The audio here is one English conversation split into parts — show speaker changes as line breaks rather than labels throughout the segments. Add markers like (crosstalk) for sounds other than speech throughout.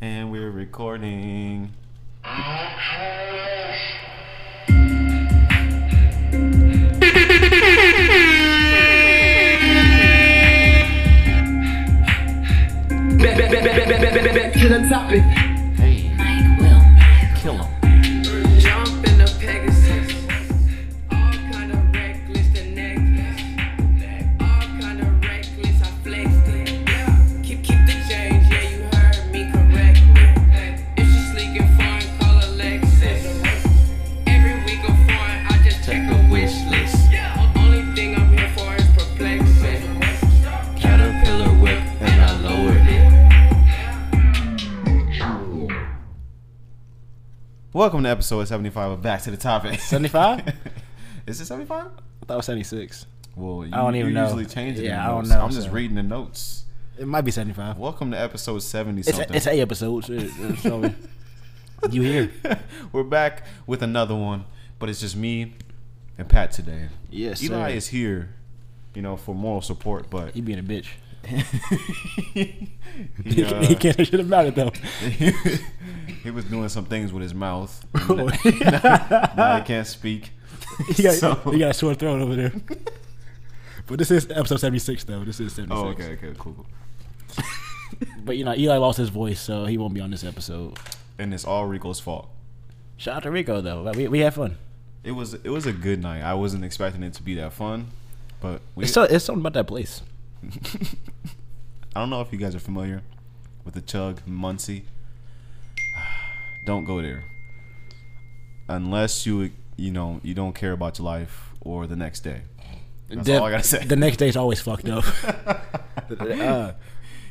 And we're recording.
back, back, back, back, back, back, back, back to the topic.
Hey. Kill him.
Jump in the Pegasus. All kind of reckless, the necklace. All kind of reckless, I flexed it. Keep, keep the change, yeah, you heard me correctly. If she's sleeking foreign, call Alexis. Every week I'm foreign, I just check a wish list. Only thing I'm here for is perplexing. Caterpillar whip, and I lowered it.
Welcome to episode 75 of Back to the Topic.
75?
(laughs) Is it 75?
I thought it was 76.
Well, you,
don't even
you
know.
usually change it. in
Yeah,
the
I don't
notes.
know,
I'm just
so.
reading the notes.
It might be 75.
Welcome to episode 70
It's,
something.
it's eight episodes. It- it's over. (laughs) you here?
We're back with another one, but it's just me and Pat today.
Yes,
Eli
sir.
is here, you know, for moral support, but
He being a bitch.
he, uh,
(laughs) he can't do shit about it (laughs) though.
(laughs) he was doing some things with his
(laughs)
mouth. now he can't speak.
he,
(laughs)
got,
So-
he got a sore throat over (laughs) there. but this is episode 76 though. This is 76.
Oh, okay, okay, cool. cool.
But you know, Eli lost his voice, so he won't be on this episode.
And it's all Rico's fault.
Shout out to Rico though. Like, we, we had fun.
It was it was a good night. I wasn't expecting it to be that fun, but we.
It's, so, it's something about that place.
I don't know if you guys are familiar with the Chug Muncie. (sighs) don't go there unless you you know you don't care about your life or the next day. That's
The-
all I gotta say.
The next day's always
(laughs)
fucked up. (laughs) Uh,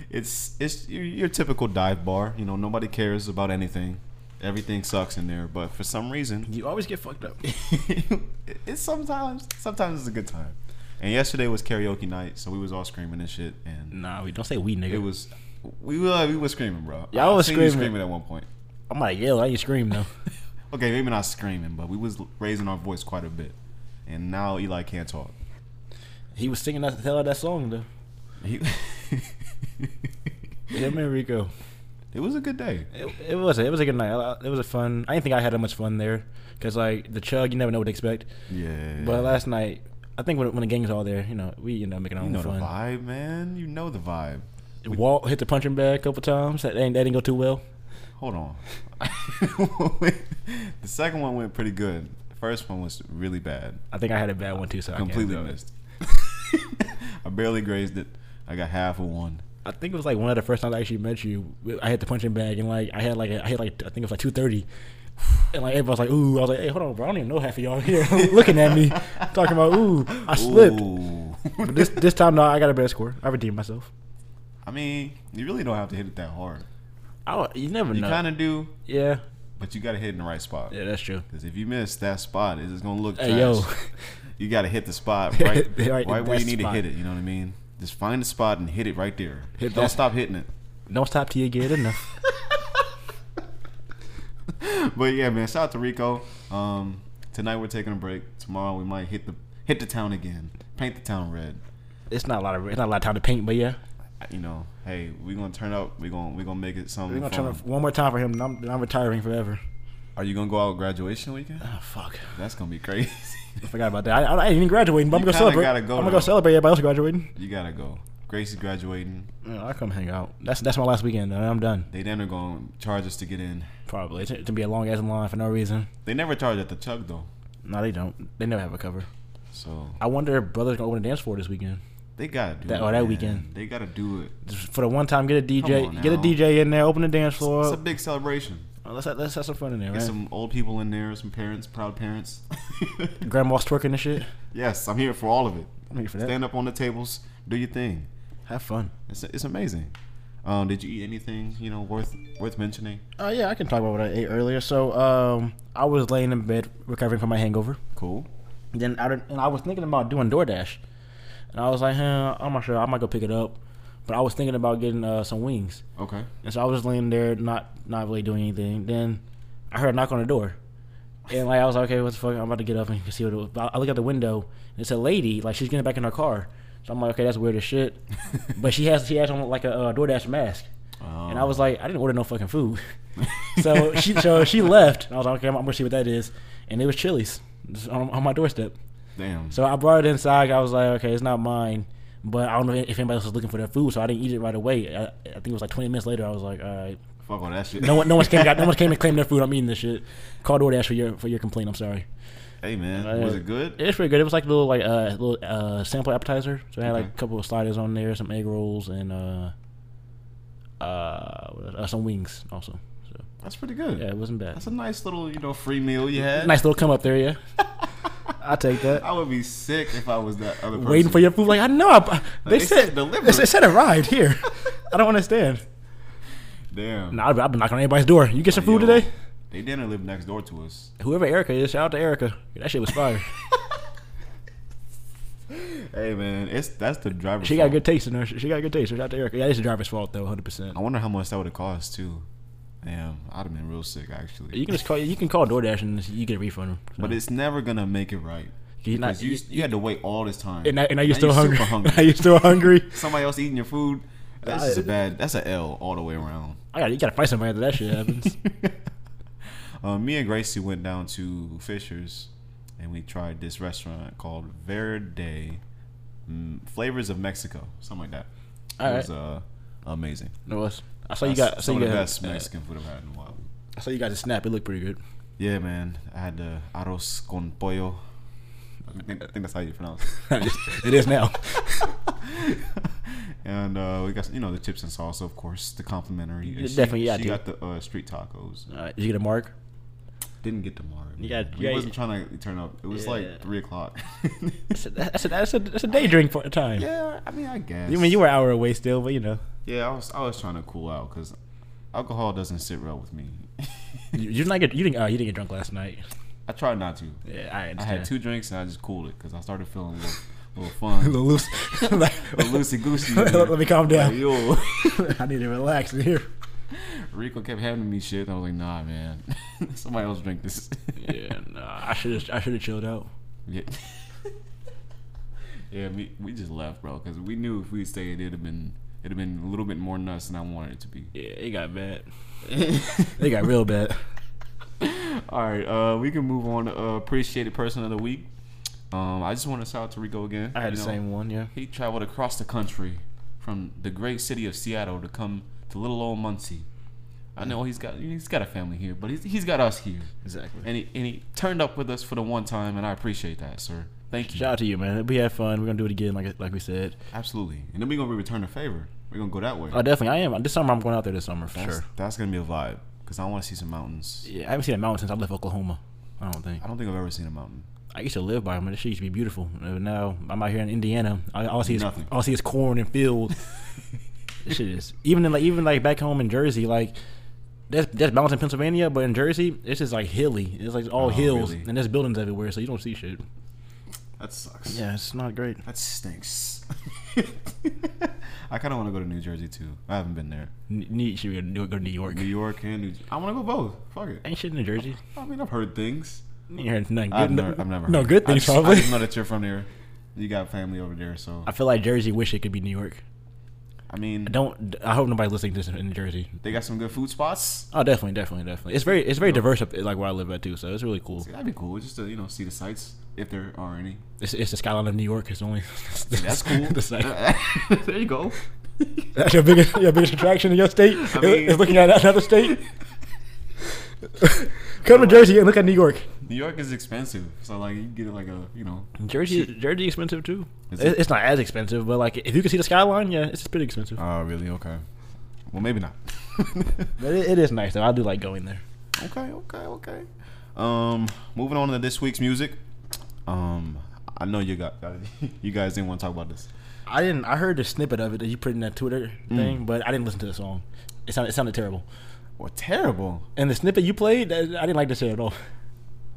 it's it's your, your typical dive bar. You know, nobody cares about anything. Everything sucks in there, but for some reason,
you always get fucked up.
(laughs) it's sometimes sometimes it's a good time. And yesterday was karaoke night, so we was all screaming and shit, and
Nah, we don't say we nigga.
it was we were we were screaming, bro. I
Y'all was
seen you
screaming.
screaming at one point.
I'm like yell. I ain't scream though.
Okay, maybe not screaming, but we was raising our voice quite a bit. And now Eli can't talk.
He was singing that hell out of that song though.
He-
Him and Rico.
(laughs) it was a good day.
It, it was a, it was a good night. I- I- It was a fun. I didn't think I had that much fun there because like the chug, you never know what to expect.
Yeah.
But last night, I think when, when the gang's all there, you know, we end up making our
you
own
know the
fun.
vibe, man. You know the vibe.
Walt hit the punching bag a couple times. That didn't, that didn't go too well.
Hold
(laughs)
on. (laughs) the second one went pretty good. The first one was really bad.
I think I had a bad one too. So I can't
Completely
do it.
missed. (laughs) I barely grazed it. I got half of one.
I think it was like one of the first times I actually met you. I hit the punching bag and like I had like a, I hit like I think it was like two thirty. And like everybody was like, "Ooh!" I was like, "Hey, hold on, bro! I don't even know half of y'all here (laughs) looking at me, talking about ooh." I slipped.
Ooh.
But this this time, no, I got a better score. I redeemed myself.
(laughs) I mean, you really don't have to hit it that hard.
I, don't- you never
You
know.
kind of do,
yeah,
but you got to hit in the right spot.
yeah, that's true.
Because if you miss that spot, it's just gonna look.
Hey,
trash. (laughs)
yo.
you gotta hit the
(laughs)
spot right, right,
Right,
where
that
you need
spot.
to hit it. You know what I mean? Just find the spot and hit it right there.
Hit
Don't
that-
stop hitting it.
Don't stop till you get enough.
But yeah, man, shout out to Rico. Um, tonight we're taking a break. Tomorrow we might hit the hit the town again. Paint the town red.
(laughs) It's not a lot of it's not a lot of time to paint, but yeah,
You know, hey, we're gonna turn up. We're gonna we're gonna make it something.
we're gonna
fun.
turn up one more time for him. And I'm, and I'm retiring forever.
Are you gonna go out graduation weekend?
Oh fuck,
That's gonna be crazy. (laughs)
I forgot about that. I, I ain't even graduating, but
You
I'm gonna
kinda
celebrate.
gotta go,
I'm gonna
though.
go celebrate everybody else graduating.
you gotta go. Gracie's graduating.
Yeah, I come hang out. That's that's my last weekend, and I'm done.
They then are gonna charge us to get in.
Probably it's to be a long ass line for no reason.
They never charge at the Chug though.
No, they don't. They never have a cover.
So
I wonder if brothers gonna open a dance floor this weekend.
They gotta do
That-
it.
or that
man.
weekend.
They gotta do it.
Just for the one time, get a
Come
DJ,
on
get a
now.
DJ in there, open the dance floor.
It's a big celebration.
let's have, let's have some fun in there,
Get
right?
some old people in there, some parents, proud
(laughs)
parents. (laughs)
Grandma's twerking and shit.
yes, I'm here for all of it.
I'm here for that.
Stand up on the tables, do your thing.
Have fun.
It's, it's amazing. Um, did you eat anything you know worth worth mentioning?
Uh, yeah, I can talk about what I ate earlier. So, um, I was laying in bed recovering from my hangover.
Cool.
Then I didn't- and I was thinking about doing DoorDash, and I was like, huh, I'm not sure. I might go pick it up, but I was thinking about getting uh, some wings.
Okay.
And so I was just laying there, not not really doing anything. Then I heard a knock on the door, and like I was like, okay, what the fuck? I'm about to get up and see what it was. But I look out the window, and it's a lady. Like she's getting (laughs) back in her car. So I'm like, okay, that's weird as shit. but she has she has on like a uh, DoorDash mask.
Oh.
And I was like, I didn't order no fucking food. (laughs) so she
(laughs)
so she left, and I was like, okay, I'm gonna see what that is. And it was Chili's just on, on my doorstep.
Damn.
So I brought it inside. I was like, okay, it's not mine, but I don't know if anybody else was looking for their food, so I didn't eat it right away. I, I think it was like 20 minutes later. I was like, all right,
fuck all that shit.
no one, no one's came, got, no one came and claimed their food. I'm eating this shit. Called DoorDash for your for your complaint. I'm sorry.
(laughs) hey man,
Uh,
was it good?
It's pretty good. It was like a little like a uh, little uh, sample appetizer. So it had like a
Okay.
couple of sliders on there, some egg rolls, and uh, uh, what else? Uh, some wings also. So
That's pretty good.
yeah, it wasn't bad.
That's a nice little you know free meal you had.
nice little come up there, yeah. I take
(laughs)
that.
I would be sick if I was that other person.
Waiting for your food, like I know. I, they,
they said
said
delivered.
they said- said it arrived here. I don't understand.
Damn.
Nah, I've been knocking on anybody's door. You get some food
Yo,
today?
They didn't live next door to us.
Whoever Erica is, shout out to Erica. That shit was fire.
Hey man, it's that's the driver.
she got good taste in her. She got good taste. Shout out to Erica. Yeah, it's the driver's fault though, hundred percent.
I wonder how much that would have cost too. Damn, I'd have been real sick actually.
You can just call. You can call DoorDash and you get a refund. So.
but it's never gonna make it right.
You're not-
Because you, you had to wait all this time.
and now, and now you're still hungry. (laughs)
super
now you're still hungry.
Somebody else eating your food. That's just a bad. That's a L all the way
(laughs)
around.
I got you. Got to fight somebody after that shit
(laughs)
happens.
Um, me and Gracie went down to Fisher's, and we tried this restaurant called Verde mm, Flavors of Mexico, something like that.
All
it
right.
was uh, amazing.
no, it's- I saw you
That's
got. I saw
some
you
of the
got.
best Mexican food I've had in a while.
I saw you got the snap. It looked pretty good.
Yeah, man. I had the arroz con pollo. I think, I think that's how you pronounce
(laughs)
it.
it is now.
And uh, we got you know the chips and salsa, of course, the complimentary. And
You
she,
definitely got
she
to.
got the uh, street tacos.
All right, did you get a mark?
Didn't get to Mario. You
got-
we
you got-
wasn't trying to turn up. It was
Yeah.
like three
(laughs)
o'clock.
That's a, that's a, that's a, that's a day drink for time.
yeah, I mean, I guess.
You mean you were an hour away still, but you know,
Yeah, I was I was trying to cool out because alcohol doesn't sit well with me. (laughs)
you, you didn't like get you didn't uh, you didn't get drunk last night.
I tried not to.
Yeah, I
I
understand.
had two drinks and I just cooled it because I started feeling a little,
(laughs)
little fun, a
little loose. (laughs)
little loosey goosey.
Let me calm down.
yo,
(laughs)
(laughs)
I need to relax in here.
Rico kept having me shit. And I was like, nah, man. (laughs) Somebody else drink this.
Yeah, nah, I should I should have chilled out.
(laughs) Yeah. yeah, we we just left, bro, because we knew if we stayed, it'd have been it'd have been a little bit more nuts than I wanted it to be.
Yeah, it got (laughs) bad. It got real bad.
All right, uh, we can move on to uh, appreciated person of the week. Um, I just want to shout out to Rico again.
I had
You
the
know,
same one. Yeah.
He traveled across the country from the great city of Seattle to come to little old Muncie. I know he's got he's got a family here, but he's, he's got us here,
Exactly.
and he, and he turned up with us for the one time, and I appreciate that, sir. Thank you.
Shout out to you, man. We had fun. We're gonna do it again, like like we said.
Absolutely, and then we're gonna return the favor. We're gonna go that way.
Oh, definitely. I am. This summer, I'm going out there this summer for
That's,
sure.
that's gonna be a vibe because I want to see some mountains.
Yeah, I haven't seen a mountain since I left Oklahoma. I don't think
I don't think I've ever seen a mountain.
I used to live by them. This shit used to be beautiful. Uh, Now I'm out here in Indiana. I, all I see is
Nothing.
all I see is corn
(laughs)
and fields. this shit is even in, like even like back home in Jersey, like that's that's mountains in Pennsylvania, but in Jersey it's just like hilly. It's like all
Oh,
hills
really?
and there's buildings everywhere, so you don't see shit.
That sucks.
Yeah, it's not great.
That stinks. (laughs) I kind of want to go to New Jersey too. I haven't been there.
N- New, should we go to New York?
New York and New. I want to go both. Fuck it.
Ain't shit in New Jersey.
I mean, I've heard things.
You ain't heard nothing
I've
good.
never. I've never
no
heard.
good
I
things
just,
probably.
I just know that you're from there. You got family over there, so
(laughs) I feel like Jersey wish it could be New York.
I mean,
Don't. I hope nobody listening to this in Jersey.
they got some good food spots.
Oh, definitely, definitely, definitely. It's very, it's very diverse, up, like where I live at too. So it's really cool.
See, that'd be cool, just to you know see the sights if there are any.
It's, it's the skyline of New York. It's only (laughs)
That's cool.
the site.
(laughs) there you go.
That's your biggest, your biggest attraction in your state. I
mean-
is looking at another
(laughs)
state. Come to Jersey and look at New York.
New York is expensive, so like you can get like a you know
Jersey, Jersey expensive too.
Is
It-
it?
It's not as expensive, but like if you can see the skyline, yeah, it's pretty expensive.
Oh, really? Okay. Well, maybe not. (laughs)
But it, it is nice though. I do like going there.
okay, okay, okay. Um, moving on to this week's music. Um, I know you got (laughs) you guys didn't want to talk about this.
I didn't. I heard the snippet of it that you put in that Twitter
Mm.
thing, but I didn't listen to the song. It sounded, it sounded terrible.
Well, terrible.
And the snippet you played, that- I didn't like the shit at all.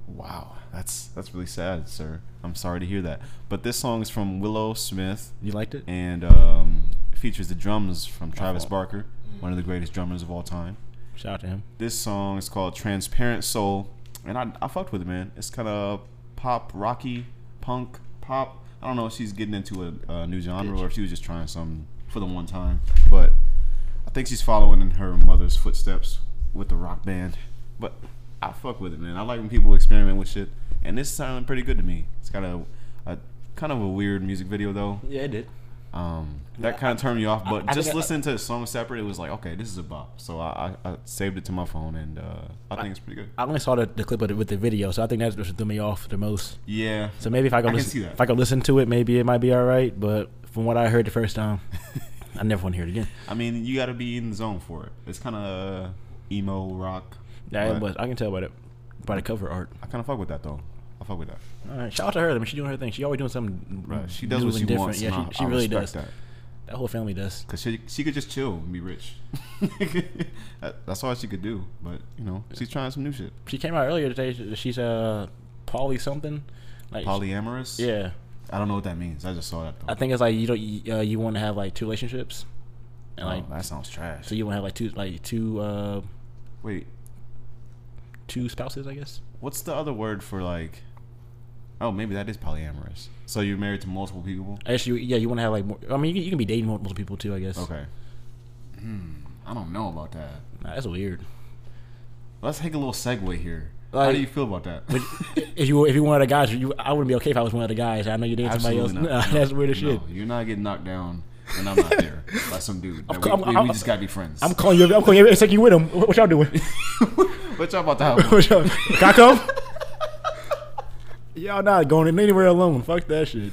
Wow, that's that's really sad, sir. I'm sorry to hear that. But this song is from Willow Smith
You liked it?
and um, features the drums from Travis
fault.
Barker, one of the greatest drummers of all time.
Shout out to him.
This song is called Transparent Soul, and I, I fucked with it, man. It's kind of pop, rocky, punk, pop. I don't know if she's getting into a, a new genre or if she was just trying something for the one time, but I think she's following in her mother's footsteps with the rock band. But I fuck with it, man. I like when people experiment with shit, and this sounded pretty good to me. It's got a, a kind of a weird music video though.
Yeah, it did.
Um, that kind of turned me off. But
I
just
think I-
listening to the song separate, it was like, okay, this is a bop. So I, I, I saved it to my phone, and uh, I think it's pretty good.
I only saw the, the clip of the, with the video, so I think that's what threw me off the most.
Yeah.
So maybe if I go
I can
listen,
see that.
if I go listen to it, maybe it might be all right. But from what I heard the first time, (laughs) I never want to hear it again.
(laughs) I mean, you got to be in the zone for it. It's kind of emo rock.
Yeah,
but
it was. I can tell by the by the cover art.
I kind of fuck with that though. I fuck with that.
All right, shout out to her. I mean, she's doing her thing. She always doing something.
Right. She
Mm, new
does what
and
she
different.
wants.
Yeah,
and I-
she, she
I
really
respect
does. That.
that.
whole family does.
Cause she she could just chill and be rich. (laughs) That- That's all she could do. But you know, she's trying some new shit.
She came out earlier today. She- She's uh, poly something. Like
Polyamorous.
Yeah,
I don't know what that means. I just saw that though.
I think it's like you don't you, uh, you want to have like two relationships, and
Oh,
like
that sounds trash.
so you want to have like two like two uh
Wait,
two spouses, I guess.
what's the other word for like? Oh, maybe that is polyamorous. So you're married to multiple people.
I guess you yeah you want to have like more. I mean you, can- you can be dating multiple people too. I guess.
Okay. Hmm. I don't know about that.
Nah, that's weird.
Let's take a little segue here. How
Like-
do you feel about that? (laughs)
(laughs) if you were- if you were one of the guys, you I wouldn't be okay if I was one of the guys. I know you're dating somebody else.
Absolutely
Nah,
not.
(laughs) that's weird as
No,
shit.
you're not getting knocked down, and I'm not there by some dude. That we,
cou- I'm-
we- we
I'm-
just gotta be friends.
I'm calling you. I'm calling you. every second you with him. What, what y'all doing? (laughs)
what y'all about to have?
What y'all? Can I come?
(laughs)
y'all not going anywhere alone. Fuck that shit.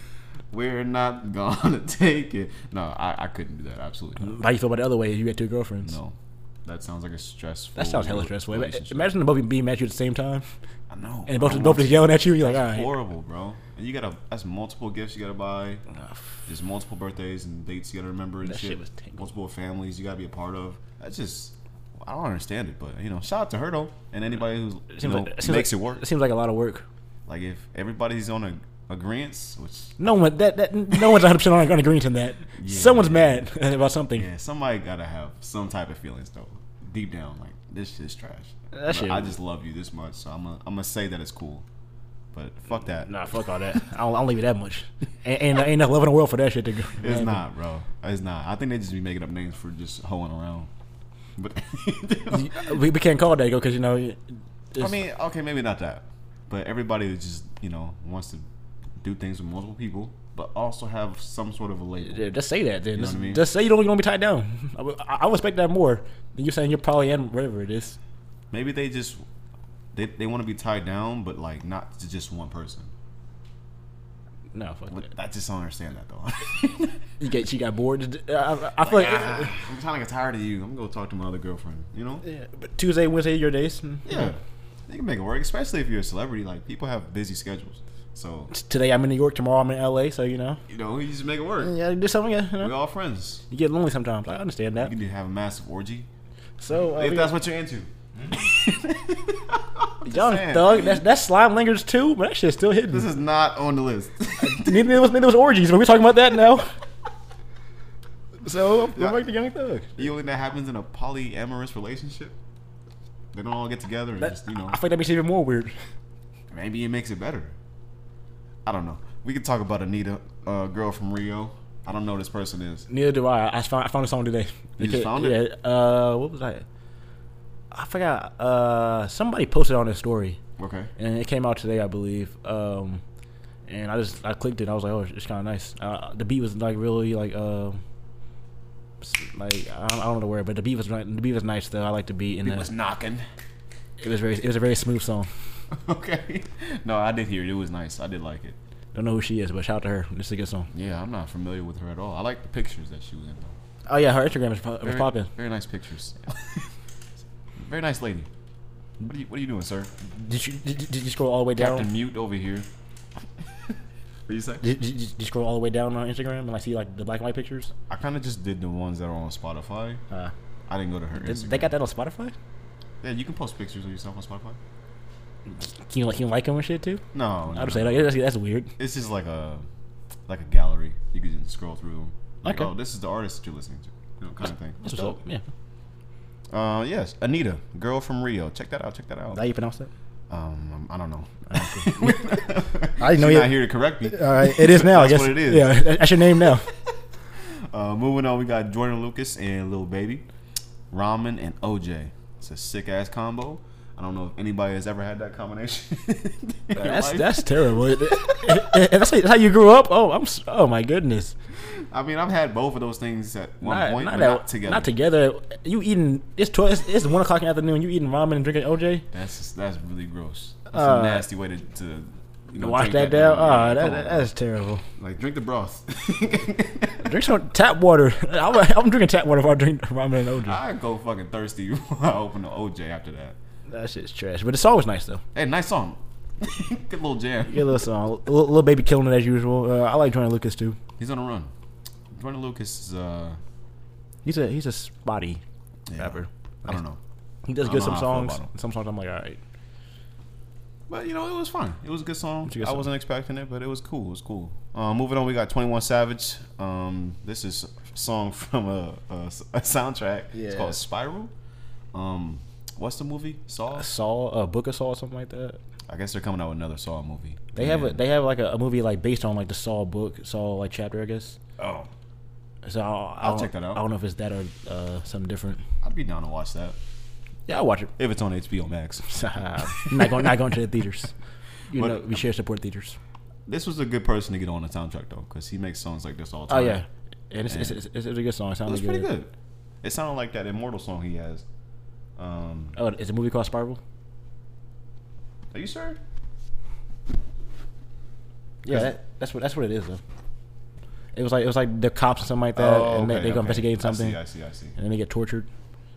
We're not gonna (laughs) take it. No, I, I couldn't do that. Absolutely not.
How you feel about the other way? if You had two girlfriends.
No, that sounds like a stressful.
That sounds hella stressful. Ima-
relationship.
Imagine them both being at you at the same time,
I know.
and
I
both
don't
both
want
just yelling at you. You're like, all
to.
right.
horrible, bro. And you gotta that's multiple gifts you gotta buy. There's multiple birthdays and dates you gotta remember and
That shit
shit.
was tangled.
multiple families you gotta be a part of. That's just I don't understand it, but you know, shout out to her though, and anybody who's you know,
it
makes
seems
it
like-
work.
It seems like a lot of work.
Like if everybody's on a agreement, which
No one that, that no one's 100 percent on agreeing to that. Someone's mad (laughs) about something.
yeah, somebody gotta have some type of feelings though. Deep down, like this shit's trash.
That
But
shit-
I just love you this much, so I'm gonna I'm gonna say that it's cool. But fuck that.
Nah, fuck all (laughs) that. I don't, I don't leave you that much. (laughs) Ain't, ain't, ain't enough love in the world for that shit to go.
It's not, bro. It's not. I think they just be making up names for just hoeing around. But (laughs)
We, we can't call it that go because you know. it-
I
it's-
mean, okay, maybe not that. But everybody that just you know wants to do things with multiple people, but also have some sort of a label.
Yeah, just say that then.
know
just,
what I mean?
just say you don't you don't be tied down. I, would- I, I would expect that more than you saying you're probably in whatever it is.
Maybe they just they they want to be tied down, but like not to just one person.
No, fuck that.
I just don't understand that though. (laughs)
You get she got bored. I, I, I feel like
I'm kind of tired of you. I'm gonna go talk to my other girlfriend. You know?
Yeah, but Tuesday, Wednesday, your days. Hmm.
Yeah, you can make it work, especially if you're a celebrity. Like people have busy schedules, so
Today I'm in New York. Tomorrow I'm in LA. So you know,
you know you just make it work.
yeah, do something. Yeah, you,
We're
know?
all friends.
you get lonely sometimes. I understand that.
You need to have a massive orgy
So uh,
if
we-
that's what you're into.
Young
saying.
Thug, that, that slime lingers too, but that shit's still hitting.
This is not on the
(laughs)
list.
neither, was, neither was orgies, but we're talking about that
(laughs)
now. so, I'm
Yeah.
like the Young Thug.
you only that happens in a polyamorous relationship. They don't all get together and just you know.
I think that makes it even more weird.
Maybe it makes it better. I don't know. We could talk about Anita, a girl from Rio. I don't know who this person is.
Neither do I. I found, I found a song today.
You just found
yeah,
it?
Uh, what was I? I forgot. Uh, somebody posted on their story,
Okay.
and it came out today, I believe. Um, and I just I clicked it. I was like, oh, it's, kind of nice. Uh, the beat was like really like um, s- like I don't, I don't know the word, but the beat was ni- the beat was nice though. I like the beat, and
It
the-
was knocking.
It was very it was a very smooth song.
(laughs) Okay. No, I did hear it. It was nice. I did like it.
Don't know who she is, but shout out to her. This is a good song.
Yeah, I'm not familiar with her at all. I like the pictures that she was in though.
Oh yeah, her Instagram is pop- was
Very-
popping.
Very nice pictures. (laughs) very nice lady. What are you What are you doing, sir?
Did you did, did you scroll all the way
Captain
down?
Mute over here. (laughs) what you say?
Did, did, did you scroll all the way down on Instagram and like see like the black and white pictures?
I kind of just did the ones that are on Spotify.
Uh,
I didn't go to her.
did-
Instagram.
they got that on Spotify.
Yeah, you can post pictures of yourself on Spotify.
Can you like can you like them and shit too?
No, no,
I
no.
would say like, that's, that's weird.
It's just like a like a gallery. You can just scroll through them. Like,
Okay.
oh, this is the artist that you're listening to. You know, kind of thing.
That's what's up. Yeah.
Uh, yes, Anita, girl from Rio. Check that out. Check that out.
How you pronounce that?
Um, I don't
(laughs)
know. (laughs)
I didn't know
She's
you-
not here to correct me.
All right, it is now.
That's
I guess.
what it is. (laughs)
Yeah, that's your name now.
Uh, moving on, we got Jordan Lucas and Lil Baby. ramen and OJ. It's a sick ass combo. I don't know if anybody has ever had that combination. (laughs) in their
That's
life.
that's terrible. and that's, how- that's how you grew up. Oh, I'm. s- Oh my goodness.
I mean, I've had both of those things at one
Not,
point,
not,
but
at-
not together.
Not together. You eating? It's twelve. It's, it's one o'clock in the afternoon. You eating ramen and drinking OJ?
That's just, that's really gross. That's
Uh,
a nasty way to, to you know,
Wash that
drink
down.
Yeah,
Oh, that,
come
that,
on.
that's terrible.
like drink the broth. (laughs)
Drink some tap water. (laughs) I'm, I'm drinking tap water if I drink ramen and OJ.
I go fucking thirsty (laughs) before I open the OJ after that.
That shit's trash. But the song was nice though.
Hey, nice song. (laughs) Good little jam.
Yeah, little song. Little, little baby killing it as usual. Uh, I like Jordan Lucas too.
He's on a run. Jordan Lucas is uh,
He's a he's a spotty
yeah,
rapper.
I don't know,
He does
I
good
don't
some
know how I feel
songs.
about him.
Some songs I'm like, all right.
but you know it was fun. It was a good song.
a good
I
song.
wasn't expecting it, but it was cool. It was cool. Uh, moving on, we got Twenty One Savage. Um, this is a song (laughs) from a, a s- a soundtrack. It's
Yeah.
called Spiral. Um, what's the movie? Saw.
Saw a book of Saw or something like that.
I guess they're coming out with another Saw movie.
They have a they have like a, a movie like based on like the Saw book, Saw like chapter, I guess.
Oh,
So I'll,
I'll
I'll
check that out.
I don't know if it's that or uh, something different.
I'd be down to watch that
Yeah, I'll watch it.
if it's on HBO Max.
(laughs) not going not going to the theaters. You
But-
know, we share support theaters.
This was a good person to get on the soundtrack though, because he makes songs like this all the
Oh
time.
yeah, and it's, it's, it's, it's a good song. It
it was
sounds
pretty good. It sounded like that immortal song he has. Um,
Oh, it's a movie called Spiral.
are you sure?
Yeah, that, that's what that's what it is though. It was like it was like the cops or something like that, and they, they go investigate something,
Oh, I see, I see, I
and then they get tortured.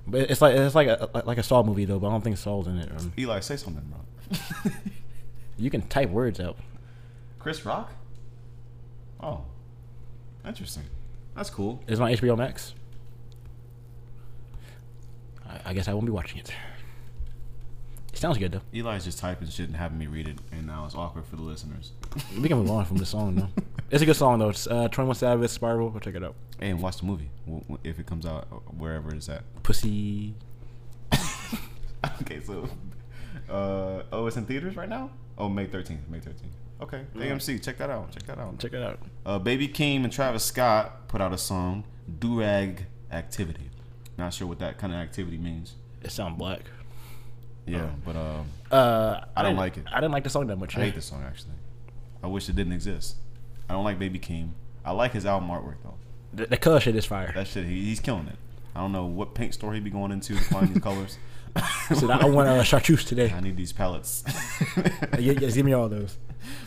But it's like it's like a like a Saw movie though, but I don't think Saw's in it. Um,
see. Eli, say something, bro.
(laughs) you can type words out.
Chris Rock. Oh, interesting. That's cool.
It's on HBO Max. I, I guess I won't be watching it. It sounds good though.
Eli's just typing shit and having me read it, and now it's awkward for the
(laughs)
listeners.
We can move on from this
(laughs)
song though. It's a good song though. It's uh, Twenty One Savage Spiral. Go check it out.
And watch the movie w- w- if it comes out uh, wherever it's at. (laughs)
Pussy.
okay, so uh, oh, it's in theaters right now. Oh, May thirteenth, May thirteenth. Okay, AMC, check that out. Check that out.
Check it out.
Uh, Baby Keem and Travis Scott put out a song, "Durag Activity." Not sure what that kind of activity means.
It sounds black.
Yeah, but um,
Uh,
I don't
didn't-
like it.
I didn't like the song that much.
I hate this song actually. I wish it didn't exist. I don't like Baby Keem. I like his album artwork though.
The, the color shit is fire. (laughs)
That shit, he, he's killing it. I don't know what paint store he be going into to find
(laughs)
these colors.
Said, I
(laughs)
want uh, chartreuse today.
I need these palettes.
(laughs) Yeah, yes, give me all those.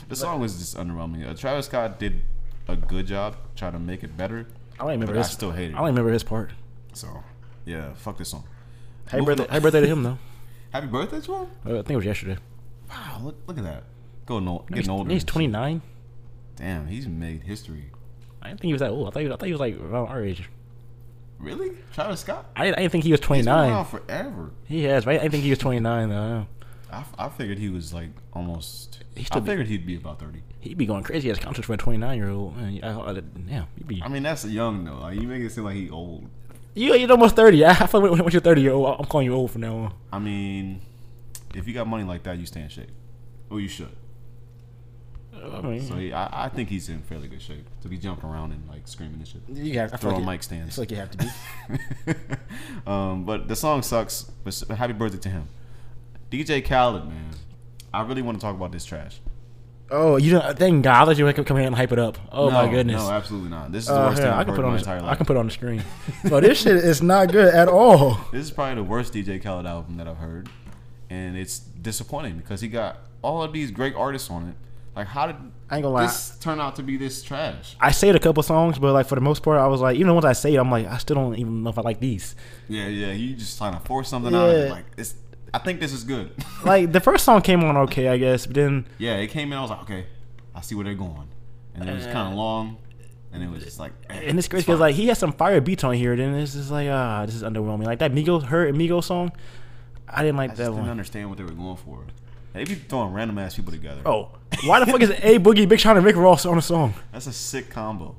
The song was just underwhelming. Uh, Travis Scott did a good job trying to make it better.
I don't remember
But I
his.
still hate it.
I don't remember his part.
So, yeah, fuck this song.
Happy
Moving
birthday,
on-
happy birthday to him though.
Happy birthday to him?
Uh, (laughs) I think it was yesterday.
Wow, look, look at that. Going old,
He's,
getting older.
he's
and shit.
29.
Damn, he's made history.
I didn't think he was that old. I thought he was, I thought he was like around our age.
Really? Travis Scott?
I didn't, I didn't think he was
He's been around
29.
forever.
He has, right? I didn't think he was 29 though. I don't know.
I, f- I figured he was like almost.
He's
I
still-
figured he'd be about 30.
He'd be going crazy as concerts for a 29 year old. Man, I, I, damn, he'd be.
I mean, that's young though. Like, you make it seem like he old.
You, you're almost 30. I feel like when, when you're 30 year old, I'm calling you old from now on.
I mean, if you got money like that, you stay in shape. Or you should.
I mean,
So he, I, I think he's in fairly good shape to be jumping around and like screaming and shit.
you have, I
Throw
feel like
a
you-
mic
I
stands.
feel like you have to be.
(laughs) um, but the song sucks. But s- happy birthday to him, DJ Khaled, man. I really want to talk about this trash.
Oh, you don't, thank God that you were come here and hype it up. Oh my
No,
goodness.
No, absolutely not. This is the
Uh,
worst
here,
thing
I
I've
can
heard
put
in
on
my
the,
entire
I
life.
can put on the screen. (laughs) but this shit is not good at all.
This is probably the worst DJ Khaled album that I've heard, and it's disappointing because he got all of these great artists on it. Like, how did
I ain't gonna lie.
this turn out to be this trash?
I saved a couple songs, but like for the most part, I was like, even once I saved, I'm like, I still don't even know if I like these.
Yeah, yeah. You just trying to force something out. Of it.
Yeah.
Like, it's. I think this is good.
Like the first song came on okay, I guess, but then
Yeah, it came in. I was like, okay, I see where they're going, and it was kind of long, and it was just like, eh,
Uh, and it's crazy
fine.
because like he has some fire beats on here, then it's just like ah, this is underwhelming. Like that Migos, her Migos song, I didn't like
I just
that
didn't
one.
understand what they were going for. They be throwing random ass people together.
Oh, why the fuck is A Boogie, Big Sean, and Rick Ross on a song?
that's a sick combo.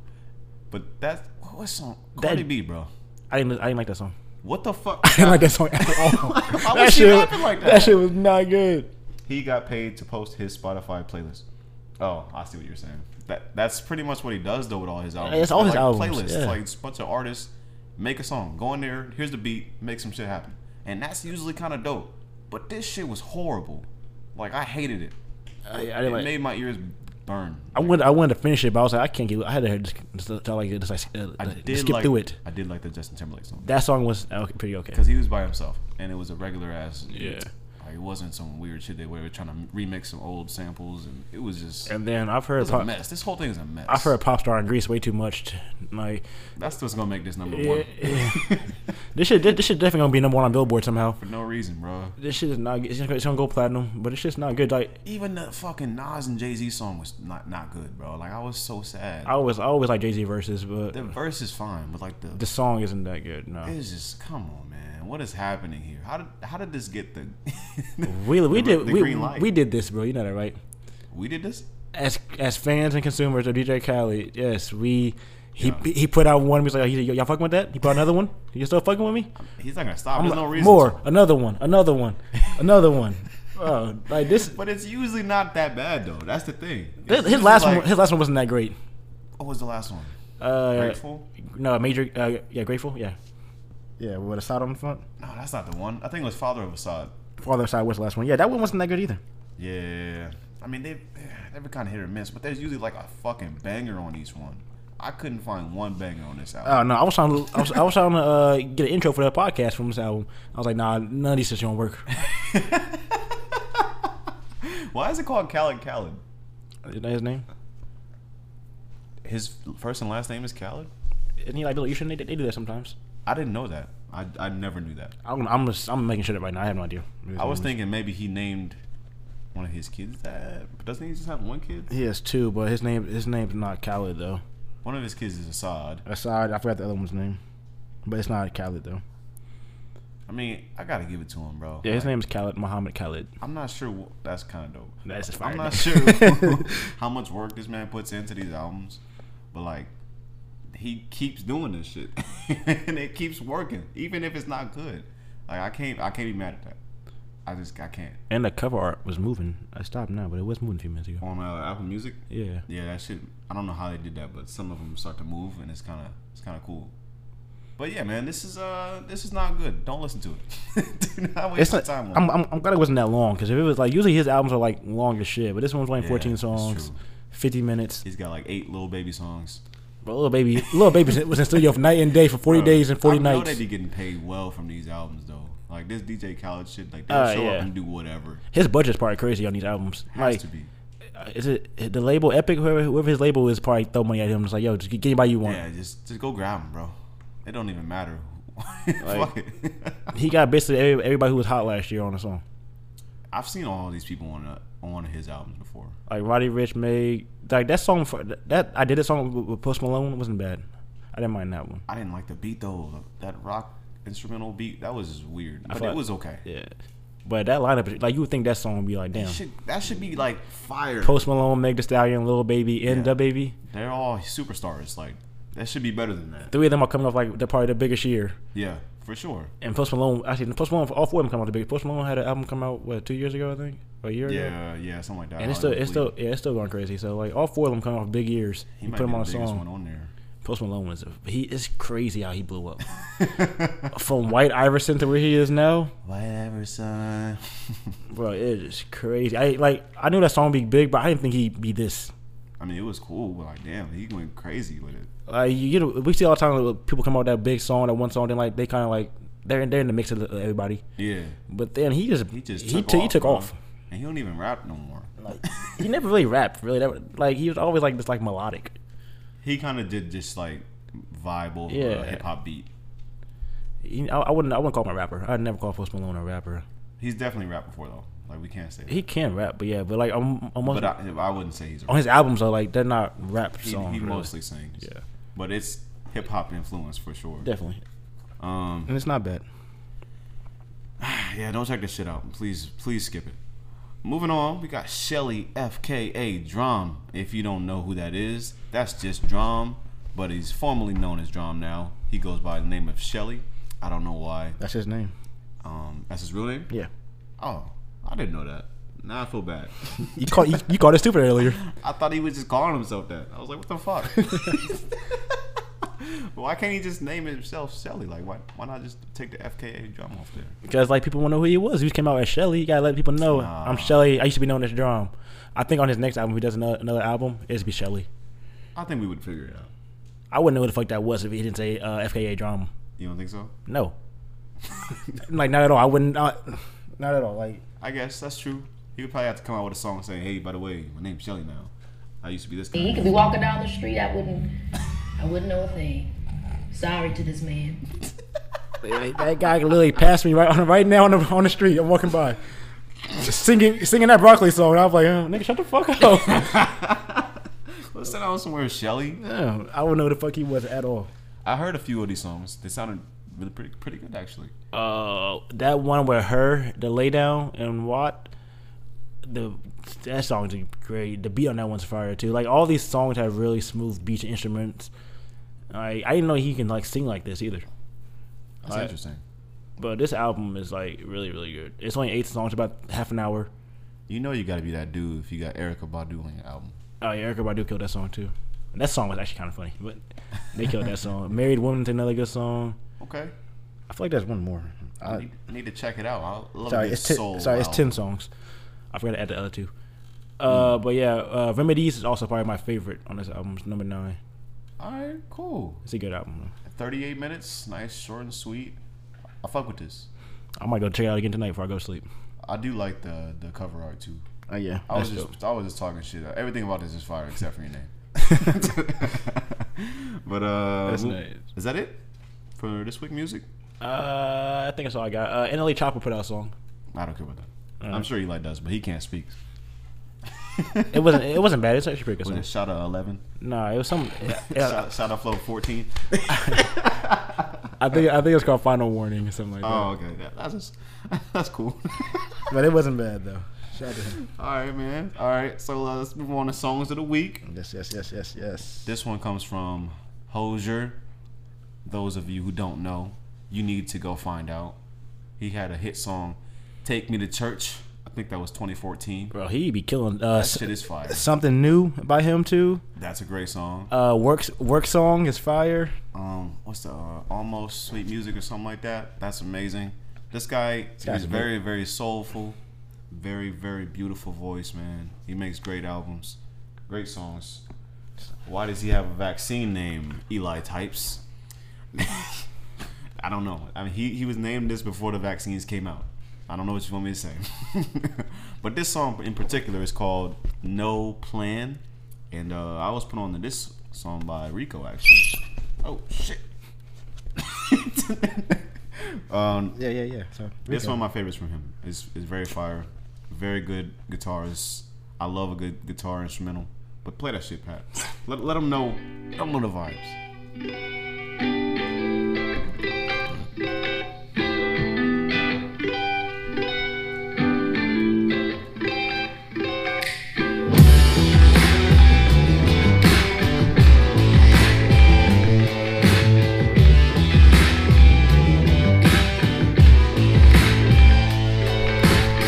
But that what song? Cardi B, bro.
I didn't, I didn't like that song.
What the fuck?
(laughs) I didn't like that song at all.
(laughs) Why was she rapping like that?
That shit was not good.
he got paid to post his Spotify playlist. Oh, I see what you're saying. That that's pretty much what he does though with all his albums.
it's all
They're
his
like
albums,
Playlists,
yeah.
like it's a bunch of artists, Make a song. Go in there. Here's the beat. Make some shit happen. And that's usually kind of dope. But this shit was horrible. Like I hated it.
I, I
It
didn't like.
made my ears burn.
I wanted, I wanted to finish it, but I was like, I can't get. I had to just, just, just like, just, like, uh,
I
just
did
skip
like,
through it.
I did like the Justin Timberlake song
That song was uh, okay, pretty okay.
because he was by himself and it was a regular ass.
Yeah.
Like, it wasn't some weird shit they were trying to remix some old samples and it was just it
And then I've heard
was a
pop,
mess. This whole thing is a mess.
I've heard pop star in Greece way too much. To, like
that's what's gonna make this number
yeah,
one
(laughs) yeah. this shit, this shit definitely gonna be number one on Billboard somehow.
for no reason, bro.
This shit is not. It's gonna, it's gonna go platinum, but it's just not good. Like
Even the fucking Nas and Jay Z song was not not good, bro. Like I was so sad.
I always, I always like Jay Z verses, but
the verse is fine, but like the,
the song isn't that good. No,
it's just come on, man. What is happening here? How did how did this get the (laughs)
we
the-
we did
the
we,
green light?
we did this, bro. You know that, right?
we did this?
as as fans and consumers of DJ Khaled, yes, we he
Yeah.
he put out one. He was like, "Y- y- y'all fucking with that? He put out another one. You still fucking with me?
He's not gonna stop.
I'm
There's no
like,
reason.
More,
to.
another one,
(laughs)
another one, another one. Oh, like this.
But it's usually not that bad though. That's the thing.
His,
It's
his
usually
last
like-
one, his last one wasn't that great.
What was the last one?
Uh,
Grateful?
No, major. Uh, yeah, grateful. Yeah, yeah. With a side on the front.
No, that's not the one. I think it was Father of Assad.
Father side was the last one. Yeah, that one wasn't that good either.
Yeah. I mean, they've, they've been kind of hit or miss, but there's usually like a fucking banger on each one. I couldn't find one banger on this album.
Oh no, I was trying to, I was, I was trying to uh, get an intro for that podcast from this album. I was like, nah, none of these shits don't work. Uh,
Why is it called Khaled Khaled?
(laughs) Is that his name?
His first and last name is Khaled?
Isn't he like Billy Ocean? They, they do that sometimes.
I didn't know that. I, I never knew that.
I'm I'm, just, I'm making sure that right now. I have no idea.
I was thinking maybe he named one of his kids that. But doesn't he just have one kid?
he has two, but his name his name's not Khaled though.
One of his kids is Assad.
Aside, I forgot the other one's name, but it's not Khaled though.
I mean, I gotta give it to him, bro.
Yeah, his
Like,
name is Khaled Muhammad Khaled.
I'm not sure. wh- That's kind of dope.
That's just
I'm
fire,
not sure (laughs)
though.
how much work this man puts into these albums, but like he keeps doing this shit, (laughs) and it keeps working, even if it's not good. Like I can't, I can't be mad at that. I just, I can't.
(laughs) And the cover art was moving. I stopped now, but it was moving a few minutes ago.
On uh, Apple Music,
Yeah,
yeah, that shit. I don't know how they did that, but some of them start to move, and it's kind of, it's kind of cool. But yeah, man, this is uh, this is not good. Don't listen to it. (laughs) Do not waste
it's
your
not.
time on.
I'm, I'm I'm glad it wasn't that long because if it was like usually his albums are like long as shit, but this one was like
Yeah,
14
that's
songs,
true.
50 minutes.
He's got like eight little baby songs.
But little baby, little baby was in studio for night and day for 40 days and 40
Um, I know they
nights.
be getting paid well from these albums though. Like this DJ Khaled shit, like they'll
Uh,
show up
yeah.
and do whatever.
His budget's probably crazy on these albums.
Has
like
to be.
Uh, is it the label Epic? Whoever, whoever his label is, probably throw money at him. It's like, yo, just get anybody you want.
Yeah, just just go grab them, bro. It don't even matter. (laughs) Fuck it. (laughs)
He got basically every, everybody who was hot last year on the song.
I've seen all these people on a, on one of his albums before.
Like Roddy Rich made like that song for that I did that song with- with Post Malone wasn't bad. I didn't mind that one.
I didn't like the beat though. That rock instrumental beat that was just weird, but it
thought-
was okay.
Yeah, but that lineup, like you would think that song would be like damn.
That should, that should be like fire.
Post Malone, Meg Thee Stallion, Lil Baby, and
Yeah.
Da Baby.
They're all superstars. Like that should be better than that.
Three of them are coming off like they're probably the biggest year.
Yeah, for sure.
And Post Malone, actually, Post Malone, all four of them come out the biggest. Post Malone had an album come out what two years ago, I think, or a year ago.
Yeah, yeah, something like that.
And it's
I
still, it's
believe
still, yeah, it's still going crazy. So like all four of them come off big years.
He
you
might
put them
be
on a
the biggest one
song.
on there.
Post Malone was, a, he it's crazy how he
(laughs)
blew up from White Iverson to where he is now,
Whatever, son.
bro. It is crazy. I like, I knew that song would be big, but I didn't think he'd be this.
I mean, it was cool, but like, damn, he went crazy with it.
Like you, you know, we see all the time like, people come out with that big song, that one song, then like they kind of like they're in, they're in the mix of the, everybody.
Yeah,
But then he just
he just
he
took
took,
off,
he took
bro.
off.
and he don't even rap no more.
Like he never really rapped really. That, like he was always like this like melodic.
He kind of did just like vibe over
Yeah.
a hip hop beat.
He, I, I wouldn't I wouldn't call him a rapper. I'd never call Post Malone a rapper.
He's definitely rapped before though. Like we can't say. That.
He can rap, but yeah, but like um, almost
but I, I wouldn't say he's a rapper.
on his albums though, like they're not rap
He,
songs.
he
really.
mostly sings.
Yeah.
but it's hip hop influence for sure.
definitely,
Um,
and it's not bad.
yeah, don't check this shit out. Please, please skip it. Moving on, we got Shelly FKA Drum. If you don't know who that is, that's just Drum, but he's formerly known as Drum now. He goes by the name of Shelly. I don't know why.
That's his name.
Um, that's his real name?
Yeah,
Oh, I didn't know that. Now I feel bad.
you called you, you called it stupid earlier. (laughs)
I thought he was just calling himself that. I was like, what the fuck? Why can't he just name himself Shelly? Like, why why not just take the FKA drum off there?
Because like people want to know who he was. He came out as Shelly. You gotta let people know
Nah.
I'm Shelly. I used to be known as Drum. I think on his next album, if he does another, another album, it's be Shelly.
I think we would figure it out.
I wouldn't know who the fuck that was if he didn't say uh, FKA Drum.
You don't think so? (laughs)
No, like not at all. I wouldn't. Not, not at all. Like
I guess that's true. He would probably have to come out with a song saying, "Hey, by the way, my name's Shelly now. I used to be this
He
guy."
could be walking down the street. I wouldn't. I wouldn't know a thing. Sorry to this man.
that guy could literally passed me right on right now on the on the street. I'm walking by, singing singing that broccoli song. And I was like, oh, nigga, shut the fuck up.
(laughs) Let's send out somewhere Shelly.
Yeah, I wouldn't know who the fuck he was at all.
I heard a few of these songs. They sounded really pretty pretty good actually.
uh that one with her the lay down and what the that song's great the beat on that one's fire too like all these songs have really smooth beats and instruments like i didn't know he can like sing like this either
That's
Alright.
interesting.
but this album is like really really good it's only eight songs about half an hour
You know you got to be that dude if you got Erica Badu on your album.
oh yeah erica badu killed that song too And that song was actually kind of funny but they killed that song (laughs) married woman's another good song
Okay.
i feel like there's one more
I
I,
need, I need to check it out. I love
Sorry,
this
it's ten,
soul.
sorry, it's ten
album.
songs. I forgot to add the other two. Uh,
Hmm.
but yeah, uh, Remedies is also probably my favorite on this album. It's number nine.
All right, cool.
It's a good album. though.
38 minutes, nice, short and sweet. I fuck with this.
I might go check it out again tonight before I go to sleep.
I do like the the cover art too.
Oh yeah,
I was
that's
just
dope.
I was just talking shit. Everything about this is fire except for your name. (laughs) but uh,
That's
who-
nice.
is that it for this week music?
Uh, I think that's all I got. Uh, NLE Chopper put out a song.
I don't care about that.
Uh.
I'm sure Eli does, but he can't speak.
It wasn't. It wasn't bad. It's actually a pretty good.
Was
Song.
it shot of 11?
Nah, it
(laughs)
was some. yeah,
Shot, shot of flow
(laughs)
14?
I think. I think it's called Final Warning or something like that.
Oh, okay. Yeah, that's just, (laughs) that's cool. (laughs) Oh.
But it wasn't bad though. Shout out to him.
All right, man. All right, so uh, let's move on to songs of the week.
Yes, yes, yes, yes, yes.
This one comes from Hosier. Those of you who don't know, you need to go find out. He had a hit song, "Take Me to Church." I think that was 2014.
Bro, he be killing. Uh,
That shit is fire.
something new by him too.
That's a great song.
Uh, works work song is fire.
Um, what's the uh, almost sweet music or something like that? That's amazing. This guy,
guy's
he's very, very soulful, very, very beautiful voice, man. He makes great albums, great songs. Why does he have a vaccine name, Eli Types? (laughs) I don't know. I mean, he, he was named this before the vaccines came out. I don't know what you want me to say. (laughs) but this song in particular is called No Plan. And uh, I was put on to this song by Rico, actually. Oh, shit. um,
Yeah, yeah, yeah. So
this one of my favorites from him. It's, it's very fire. Very good guitarist. I love a good guitar instrumental. But play that shit, Pat. Let, let them know. Let them know the vibes.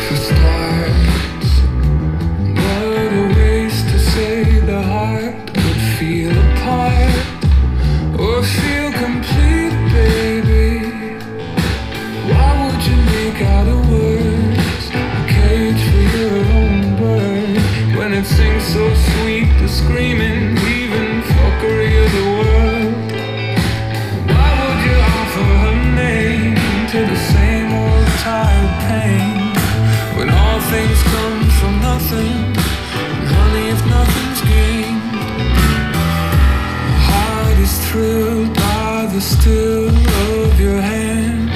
the stars. What a waste to say the heart could feel apart or feel complete, baby. Why would you make out of words a cage for your own bird when it sings so sweet, the screaming, even fuckery of the world? Why would you offer her name to the same old tired pain? When all things come from nothing, and honey, if nothing's gained, my heart is thrilled by the still of your hand.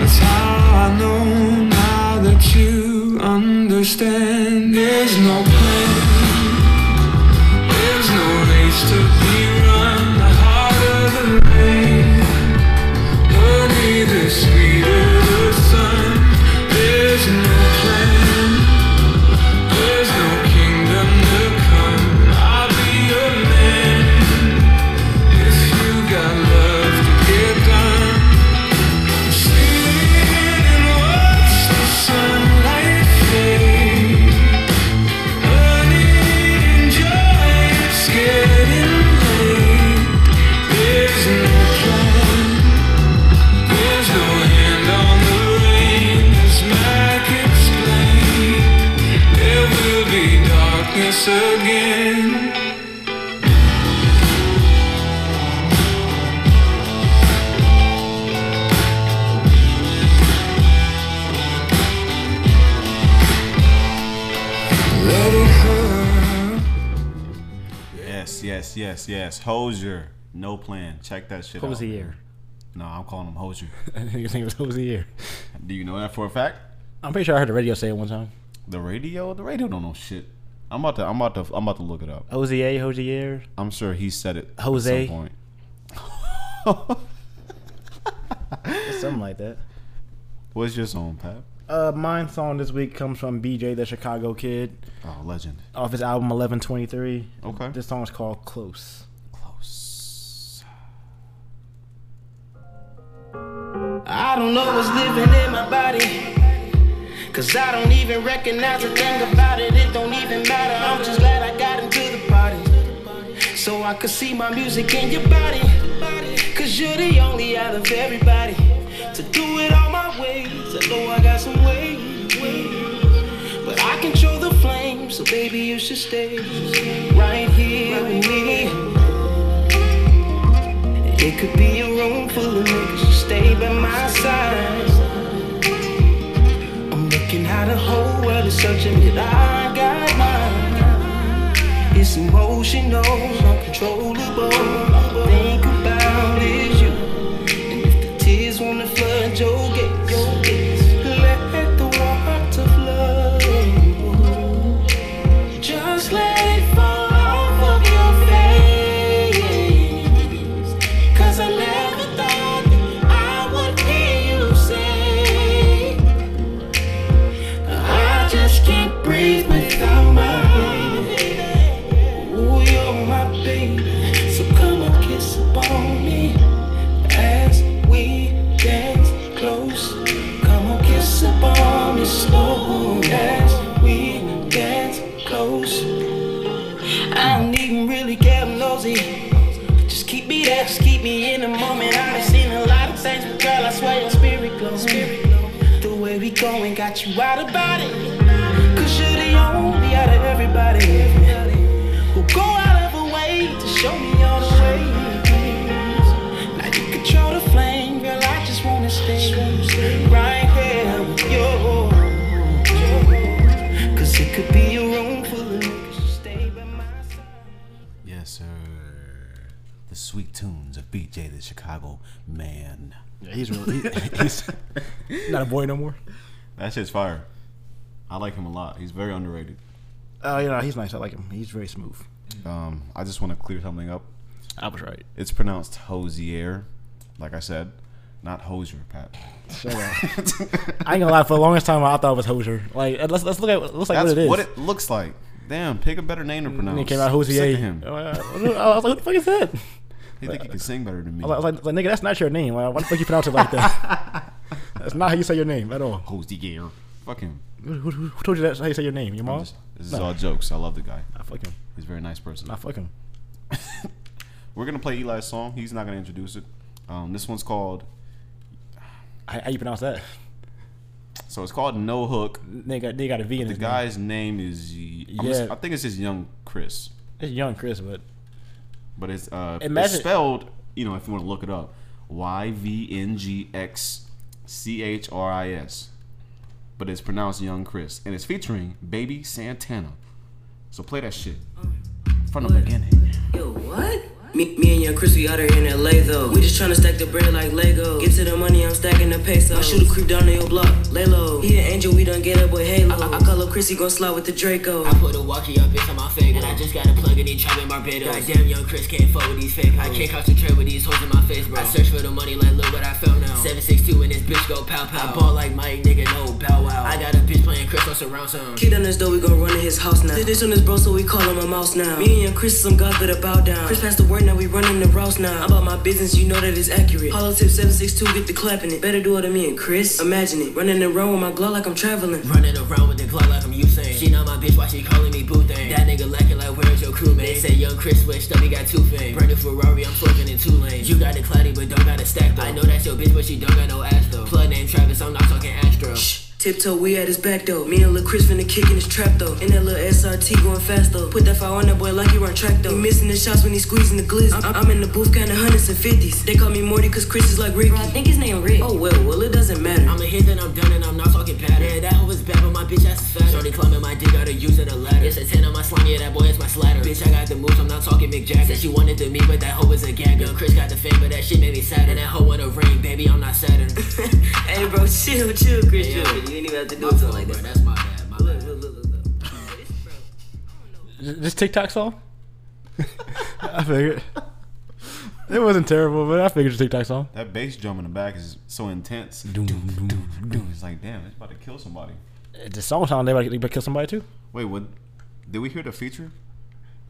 That's how I know now that you understand. There's no plan, there's no race to be run. The harder the rain. Only the sweeter the sun. There's no plan. There's no kingdom to come. I'll be your man if you got love to get done. Stand and watch the sunlight fade. I
Yes, yes, yes. Hosier. No plan. Check that shit out.
Hosier.
No, I'm calling him Hosier.
I think (laughs) his name was Hosier.
Do you know that for a fact?
I'm pretty sure I heard the radio say it one time.
The radio? The radio don't know shit. I'm about to I'm about to I'm about to look it up.
Hosier, Hosier.
I'm sure he said it
Jose.
at some point.
Something like that.
What's your song, Pat?
Uh, my song this week comes from BJ, the Chicago Kid,
Oh, legend.
off his album 1123.
Okay.
This song is called Close.
Close.
I don't know what's living in my body. Cause I don't even recognize a thing about it. It don't even matter. I'm just glad I got into the party. So I could see my music in your body. Cause you're the only out of everybody. To do it all my way. I know I got some ways. But I control the flame. So baby, you should stay right here with me. It could be a room full of niggas, you stay by my side. I'm looking how the whole world is searching, yet I got mine. It's emotional, uncontrollable. All I think about is you. And if the tears wanna flood your gates, your gates, let the water flow. Just let it fall off of your face. Cause I never thought I would hear you say, I just can't breathe without my baby. Ooh, you're my baby. So come and kiss upon me as we dance close. Come on, kiss upon me slow as we dance close. I don't even really care, I'm nosy. Just keep me there, just keep me in the moment. I've seen a lot of things, but girl, I swear your spirit glows. Spirit glows. The way we going got you out of body. Cause you're the only out of everybody. Who go out of her way to show me all the ways. Now you control the flame, girl, I just wanna stay right here with you. Cause it could be a room full of niggas, just stay by my side.
Yes, sir. The sweet tunes of BJ the Chicago (laughs) man.
Yeah, he's really. he's,
(laughs) Not a boy no more.
That shit's fire. I like him a lot. He's very underrated.
oh, you know, he's nice. I like him. He's very smooth.
Um, I just want to clear something up.
I was right.
It's pronounced Hosier, like I said, not Hosier,
(laughs)
Pat.
Shut up.
I ain't gonna lie. For the longest time, I thought it was Hosier. Like let's let's look at it looks like
That's
what it is.
what it looks like. Damn, pick a better name to
and
pronounce.
it came out
I'm sick
Hosier.
of him.
Oh,
I was like, what the fuck is that?
He think he can sing better than me.
I was like, I was like, nigga, that's not your name. Like, why the fuck you pronounce it like that?
(laughs)
that's not how you say your name at all.
Hosier. Fuck him.
Who, who, who told you that's how you say your name? Your
I'm
mom?
just- this is all jokes. I love the guy.
Nah, fuck him.
He's a very nice person.
Nah, fuck him.
We're gonna play Eli's song. He's not gonna introduce it. Um, this one's called.
How, how you pronounce that?
So it's called No Hook.
Nigga, they got a V in
The
his name.
guy's name is. I'm just-
Yeah.
I think it's just Young Chris,
It's young Chris, but
but it's uh it's
Imagine-
spelled. You know, if you want to look it up, Y V N G X C H R I S, but it's pronounced Young Chris, and it's featuring Baby Santana. So play that shit from the beginning.
Yo, what? Me, me and young Chris, we out here in LA though. We just tryna stack the bread like Lego. Get to the money, I'm stacking the peso. I shoot a creep down to your block, lay low. He an angel, we done get up with Halo. I, I, I call up Chris, he gon' slide with the Draco. I put a walkie up bitch on my fake, and I just got a plug in each trap in Barbados. Goddamn, young Chris can't fuck with these fake. I can't concentrate with these hoes in my face, bro. I search for the money like look what I found now. 762 and this bitch go pow pow. I ball like Mike, nigga, no bow wow. I got a bitch playing Chris on surround sound. Kid on this door, we gon' run in his house now. Did this on his bro, so we call him a mouse now. Me and young Chris is some gods, better bow down. Chris passed the word, now we running the routes now. About my business, you know that it's accurate. Hollow tip 762, get the clapping it. Better do it than me and Chris. Imagine it. Running around with my glow like I'm traveling. Running around with the glow like I'm Usain. She not my bitch, why she calling me boo thing? That nigga lacking like, where's your crew, man? They say young Chris switched up, he got two fame. Brand new Ferrari, I'm swerving in two lanes. You got a cloudy, but don't got a stack though. I know that's your bitch, but she don't got no ass though. Plug name Travis, I'm not talking Astro. Tiptoe, we at his back though. Me and Lil Chris finna kick in his trap though. And that little SRT going fast though. Put that fire on that boy like he run track though. He missing the shots when he squeezing the glizz. I'm, I'm in the booth kinda hundreds and fifties. They call me Morty cause Chris is like Ricky. I think his name Rick. Oh well, well it doesn't matter. I'm a hit then I'm done and I'm not talking pattern. Yeah, that hoe is bad but my bitch ass is fat. Shorty climbing my dick, gotta use it a ladder. It's a 10 on my slime, yeah that boy is my slatter. Bitch, I got the moves, I'm not talking Music Jack. Said she wanted to meet, but that hoe was a gag. Yo, Chris got the fame, but that shit made me sad. And that hoe want a ring, baby, I'm not Saturn. (laughs) (laughs) hey, bro, chill, chill, Chris, chill. You didn't even have to do something like that. That's my bad, my bad. Look, look, look, look.
This
(laughs)
TikTok song? (laughs) I figured. It wasn't terrible, but I figured it's a TikTok song.
That bass drum in the back is so intense.
Doom, doom,
Dude, it's like damn, it's about to kill somebody.
The song sound they about, they about to kill somebody too.
Wait, what? Did we hear the feature?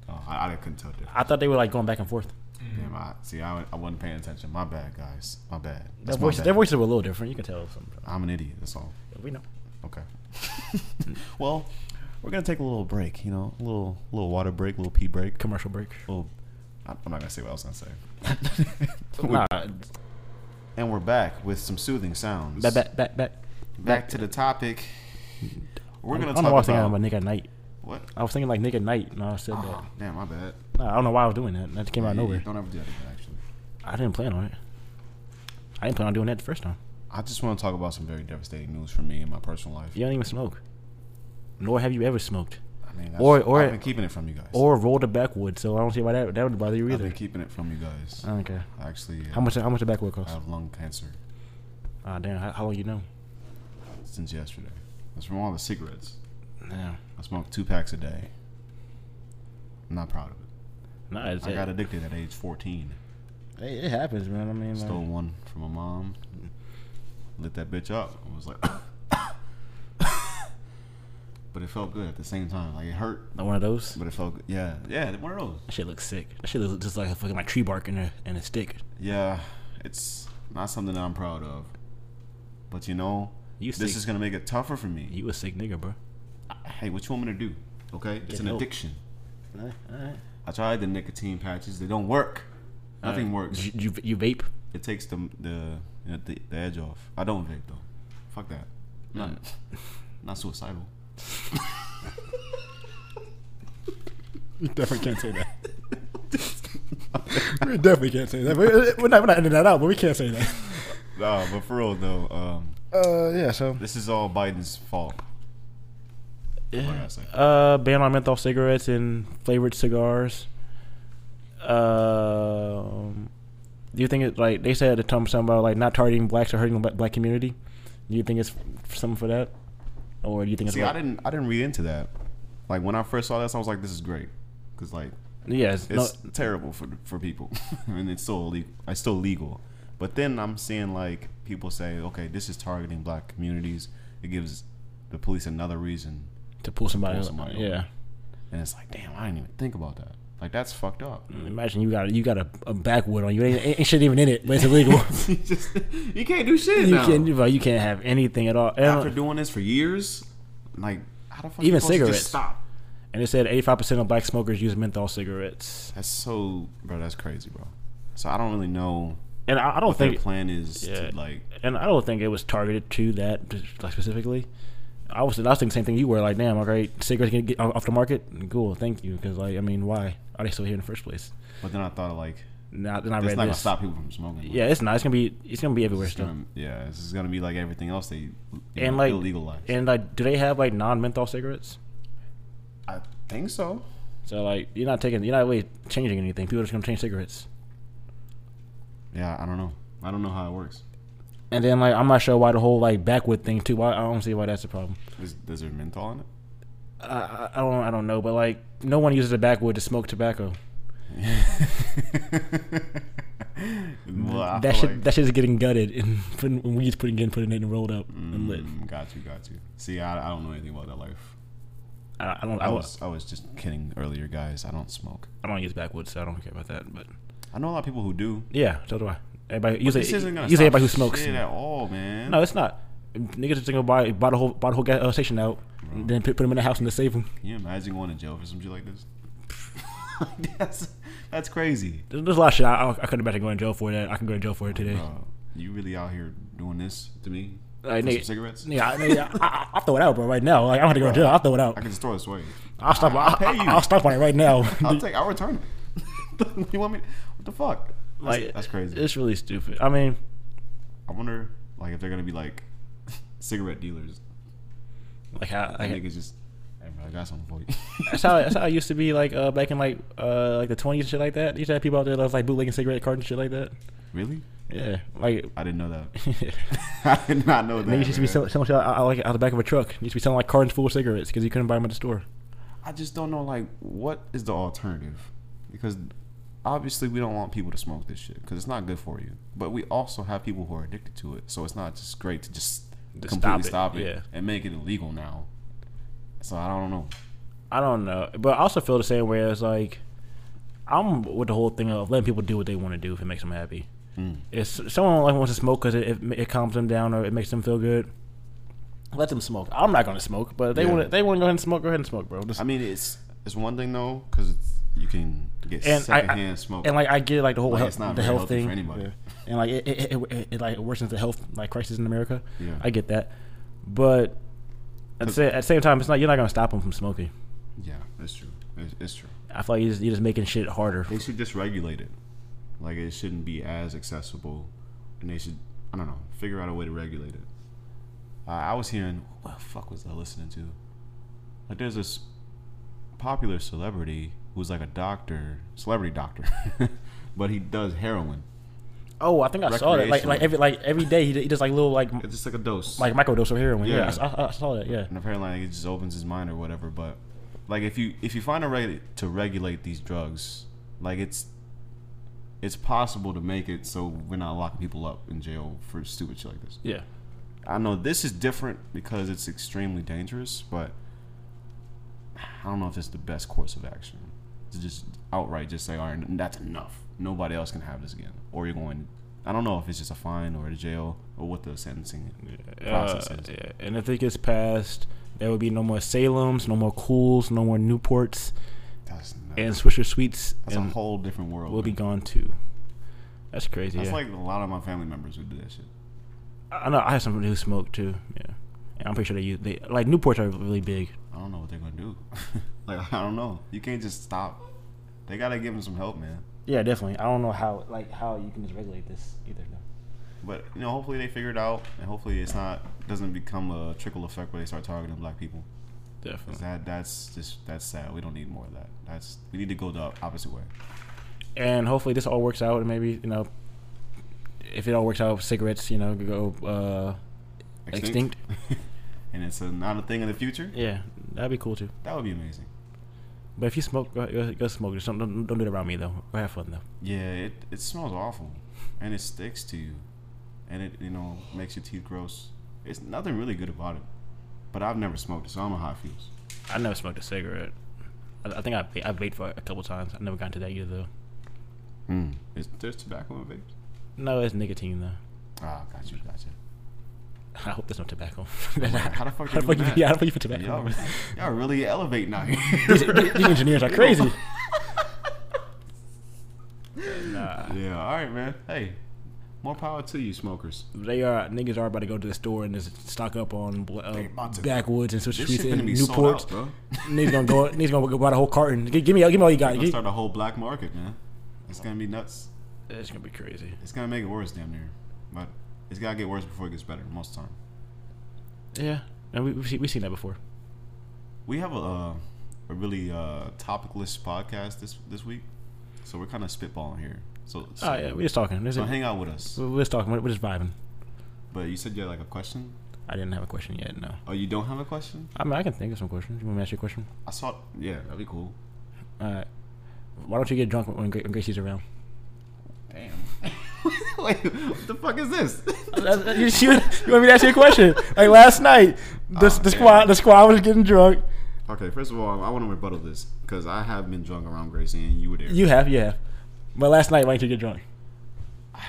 Oh, I, I couldn't tell. That.
I thought they were like going back and forth.
Damn, I see. I, I wasn't paying attention. My bad, guys. My bad.
Their
That's my
voices,
bad.
their voices were a little different. You can tell. Some,
I'm an idiot. That's all.
we know. (laughs)
Okay. well, we're gonna take a little break. You know, a little little water break, little pee break.
Commercial break.
Little, I- I'm not gonna say what I was gonna say.
(laughs) Nah,
And we're back with some soothing sounds.
back, back, back, back.
Back to the topic. We're
I
gonna
don't know why I
talk
was thinking
about
about Nick at Night.
what?
I was thinking like Nick at Night. No, I said
Oh, damn, my bad.
that. Nah, I don't know why I was doing that. That came out of
Yeah, yeah,
nowhere.
Don't ever do that again, actually.
I didn't plan on it. I didn't plan on doing that the first time.
I just want to talk about some very devastating news for me in my personal life.
You don't even smoke. Nor have you ever smoked.
I mean, that's,
Or- or-
I've been keeping it from you guys.
Or rolled a backwood, so I don't see why that, that would bother you
I've
either.
been keeping it from you guys.
Okay.
Actually, uh,
How much how much a backwood
I
cost?
have lung cancer
Ah, damn. How, how long you know?
since yesterday. That's from all the cigarettes.
Yeah.
I smoked two packs a day. I'm not proud of it.
Nah, it's,
I
it,
got addicted at age 14.
it, it happens, man. I mean,
Stole
like,
one from my mom. Lit that bitch up. I was like, (coughs) but it felt good at the same time. Like it hurt,
like one of those.
but it felt good. Yeah, yeah, one of those.
That shit looks sick. That shit looks just like a fucking like tree bark and a and a stick.
Yeah, it's not something that I'm proud of. But you know,
You
this
sick.
is gonna make it tougher for me.
You a sick nigga, bro.
hey, what you want me to do? Okay, it's an
help.
addiction.
Alright, alright.
I tried the nicotine patches; they don't work. Nothing works.
You, you you vape?
It takes the the, you know, the the edge off. I don't vape though. Fuck that. I'm not (laughs) not suicidal.
We (laughs) definitely can't (laughs) say that. we definitely can't say that. We're, we're not we're not ending that out, but we can't say that.
Nah, but for real though, um,
Uh, yeah. So
this is all Biden's fault. What can I say?
Uh, ban on menthol cigarettes and flavored cigars. Um, do you think it like they said at the time something about like not targeting blacks or hurting the black community? Do you think it's f- something for that, or do you think it's
See, I
like,
didn't I didn't read into that. Like when I first saw this, I was like, this is great, because like
yeah, it's, no,
it's terrible for for people, (laughs) and it's still illegal. It's still legal. But then I'm seeing like people say, okay, this is targeting black communities. It gives the police another reason,
to pull somebody,
pull
up.
somebody over.
yeah.
and it's like, damn, I didn't even think about that. Like that's fucked up.
Imagine you got you got a, a backwood on you, ain't, ain't shit even in it, but
(laughs)
it's illegal.
(laughs)
(laughs)
you, just, you can't do shit
you
now.
can't you, you can't have anything at all.
After
And,
doing this for years, like how the fuck
Even
you supposed to
cigarettes.
just stop?
and it said eighty five percent of black smokers use menthol cigarettes,
That's so, bro. That's crazy, bro. So I don't really know
and I, I don't
what their
think
plan is
Yeah.
to like.
and I don't think it was targeted to that like specifically. I was, I was thinking the same thing you were like, damn, okay, cigarettes can get off the market. Cool, thank you. Because like, I mean, why are they still here in the first place?
But then I thought like
Now, then I
it's
read
not gonna
this.
stop people from smoking. Like,
Yeah, it's not. It's gonna be, it's gonna be everywhere
It's
still.
gonna- yeah, this is gonna be like everything else they you
and
know,
like,
illegalized.
and like, do they have like non-menthol cigarettes?
I think so.
So like, you're not taking, you're not really changing anything. People are just gonna change cigarettes.
Yeah, I don't know. I don't know how it works.
And then like, I'm not sure why the whole like backwood thing too. Why I don't see why that's a problem.
Is, is there menthol
(laughs)
in it?
I, I, I don't, I don't know. But like, no one uses a backwood to smoke tobacco.
well, I
that
feel
shit
like-
that shit is getting gutted and (laughs) putting, when weed's putting in putting it and rolled up and lit.
Mm, (laughs) got you, got you. See, I, I don't know anything about that life.
I, I don't I,
I
don't-
was I was just kidding earlier, guys. I don't smoke.
I don't use backwoods, so I don't care about that. But
I know a lot of people who do.
yeah, so do I. Everybody usually
This isn't gonna
usually
stop
everybody who smokes.
shit at all, man.
No, it's not. Niggas just gonna buy buy the whole buy the whole gas uh, station out,
Mm.
and then put, put them in the house and to save them.
Can you imagine going to jail for some shit like this? (laughs) that's that's crazy.
There's, there's a lot of shit I, I, I couldn't imagine going to jail for that. I can go to jail for it today.
Bro, Um, you really out here doing this to me?
Like,
for some
nigga-
cigarettes?
Yeah, I, nigga, I, I, I'll throw it out, bro. Right now, like I don't have to go to jail. I'll throw it out.
I can just throw this
(laughs)
away.
I'll stop. I'll,
pay you.
I'll, stop on it right now.
I'll
(laughs)
take. I'll return it. (laughs) you want me? What the fuck? That's,
like
that's crazy.
It's really stupid. I mean,
I wonder, like, if they're gonna be like (laughs) cigarette dealers.
like how
That
like,
niggas just Hey, bro, I got something for you.
That's how that's how it used to be like uh, back in like uh, like the twenties and shit like that. You used to have people out there that was like bootlegging cigarette cards and shit like that.
(laughs) really?
Yeah, like
I didn't know that. (laughs)
(laughs) niggas
I did not know that.
used to be
man.
selling, selling shit out, out, like out the back of a truck. Used to be selling like cartons full of cigarettes because you couldn't buy them at the store.
I just don't know like what is the alternative, because obviously we don't want people to smoke this shit because it's not good for you. But we also have people who are addicted to it, so it's not just great to just
Just
completely
stop
stop
it,
it,
yeah.
and make it illegal now. So I don't know.
I don't know, but I also feel the same way as like I'm with the whole thing of letting people do what they want to do if it makes them happy.
Mm.
If s- someone like wants to smoke because it, it it calms them down or it makes them feel good, let them smoke. I'm not gonna smoke, but if they
Yeah.
want they want to go ahead and smoke. Go ahead and smoke, bro. Just-
I mean, it's it's one thing though because you can get
and I,
secondhand
I
smoke.
and like I get like the whole
Like,
health,
it's not
the
very
health
healthy
thing,
for anybody.
Yeah. and like it it, it, it, it like worsens the health like crisis in America.
Yeah.
I get that, but at the, sa- at the same time, it's not you're not gonna stop them from smoking.
yeah, that's true. It's, it's true.
I feel like you're just, you're just making shit harder.
They should just regulate it. Like it shouldn't be as accessible, and they should I don't know figure out a way to regulate it. Uh, I was hearing what the fuck was I listening to? Like there's this popular celebrity who's like a doctor, celebrity doctor, (laughs) but he does heroin.
Oh, I think I saw that. Like like
Recreational.
every like every day he, d- he does like little like
It's just like a dose.
like microdose of heroin. Yeah,
Yeah.
I s- I, I saw that. Yeah,
and apparently like, it just opens his mind or whatever. But like if you if you find a way to regulate these drugs, like it's it's possible to make it so we're not locking people up in jail for stupid shit like this.
yeah.
I know this is different because it's extremely dangerous, but I don't know if it's the best course of action to just outright just say, "All right, that's enough. Nobody else can have this again," or you're going. I don't know if it's just a fine or a jail or what the sentencing process
Uh,
is.
yeah. And if it gets passed, there would be no more Salems, no more Cools, no more Newports,
That's, nuts.
and Swisher Sweets,
that's a
and
whole different world.
we'll be
man.
gone too. That's crazy.
That's
yeah.
like a lot of my family members who do that shit.
I know I have somebody who smoked too. Yeah, and I'm pretty sure they use they like Newports are really big.
I don't know what they're gonna do. (laughs) like I don't know. You can't just stop. They gotta give them some help, man.
Yeah, definitely. I don't know how like how you can just regulate this either. Though.
But you know, hopefully they figure it out, and hopefully it's not doesn't become a trickle effect where they start targeting black people. 'Cause
Definitely.
That that's just that's sad. We don't need more of that. That's we need to go the opposite way.
And hopefully this all works out, and maybe you know, if it all works out, cigarettes you know go uh extinct.
(laughs) and it's a, not a thing in the future.
Yeah, that'd be cool too.
That would be amazing.
But if you smoke, go, go, go smoke. Just don't, don't don't do it around me though. Go have fun though.
Yeah, it it smells awful, and it sticks to you, and it you know makes your teeth gross. It's nothing really good about it. But I've never smoked it, so I don't know how it feels.
I never smoked a cigarette. I, I think I ba- I vaped for a couple times. I never got into that either though.
Is there's tobacco in vapes?
No, it's nicotine though. (laughs)
Ah, gotcha, gotcha.
I hope there's no tobacco. (laughs)
How the fuck? you
How the fuck
doing
you-
that?
yeah, how the fuck you put tobacco in
Y'all,
there?
(laughs) y'all really elevating (laughs) out here.
(laughs) these, these engineers are crazy.
yeah. All right, man. Hey, more power to you, smokers.
They are niggas are about to go to the store and just stock up on bl- uh,
about to-
backwoods and switch
This shit's
streets
gonna
and
be sold
Newport.
out, bro.
Niggas
(laughs)
gonna go. Niggas gonna go buy the whole carton. Gi- give me, give me all you got.
Gonna
Gi-
start a whole black market, man. It's gonna be nuts.
It's gonna be crazy.
It's gonna make it worse, damn near. But it's gotta get worse before it gets better. Most of the time,
Yeah, and we we see, we've seen that before.
we have a uh, a really uh, topicless podcast this this week, so we're kind of spitballing here. So, so,
Oh yeah, we're just talking. This
so
is-
hang out with us.
we're we're just talking. We're, we're just vibing.
But you said you had like a question.
I didn't have a question yet. No,
Oh, you don't have a question?
I mean I can think of some questions. You want me to ask you a question?
I saw. Yeah, that'd be cool. (laughs)
All right. Why don't you get drunk when, when Gra- when Gracie's around?
Damn. Wait, what the fuck is this?
(laughs)
(laughs)
That's- that- you, you, you want me to ask you a question? Like last night, the,
Oh,
the
man.
squad the squad was getting drunk.
okay, first of all, I want to rebuttal this because I have been drunk around Gracie and you were there.
You have, you have. But last night, why didn't you get drunk?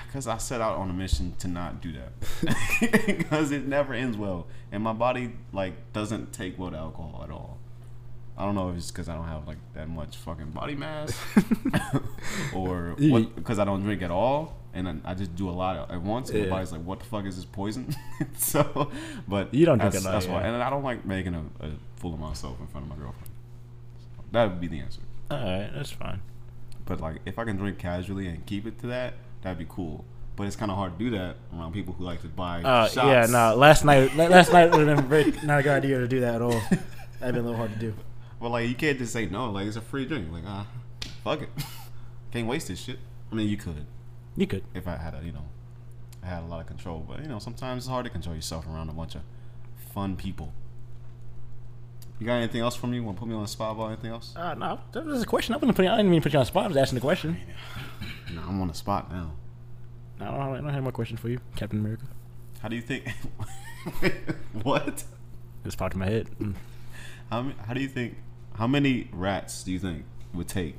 Because I set out on a mission to not do that (laughs) because it never ends well, and my body like doesn't take well to alcohol at all. I don't know if it's because I don't have like that much fucking body
(laughs)
mass, or
You-
because I don't drink at all, and I, I just do a lot at once. And
Yeah.
My body's like, "What the fuck is this poison?" (laughs) so, but
You don't drink
that's,
a lot,
That's why,
yeah.
and I don't like making a, a fool of myself in front of my girlfriend. So that would be the answer.
All right, that's fine.
But like, if I can drink casually and keep it to that, that'd be cool. But it's kind of hard to do that around people who like to buy
Uh,
shots.
yeah, no. Last night, la- last night would have been very.
Not a good idea to do that at all. That'd be a little hard to do.
But like, you can't just say no. Like, it's a free drink. Like, ah, fuck it. (laughs) can't waste this shit. I mean, you could
You could.
if I had a, you know, I had a lot of control. But you know, sometimes it's hard to control yourself around a bunch of fun people. You got anything else from you? Want to put me on the spot about anything else?
Uh, no, that was a question. I wasn't putting. I didn't mean to put you on the spot. I was asking the question.
No, I'm on the spot now.
No, I don't, I don't have more question for you, Captain America.
How do you think? (laughs) what?
It just popped in my head. Mm.
How ma- how do you think? How many rats do you think would take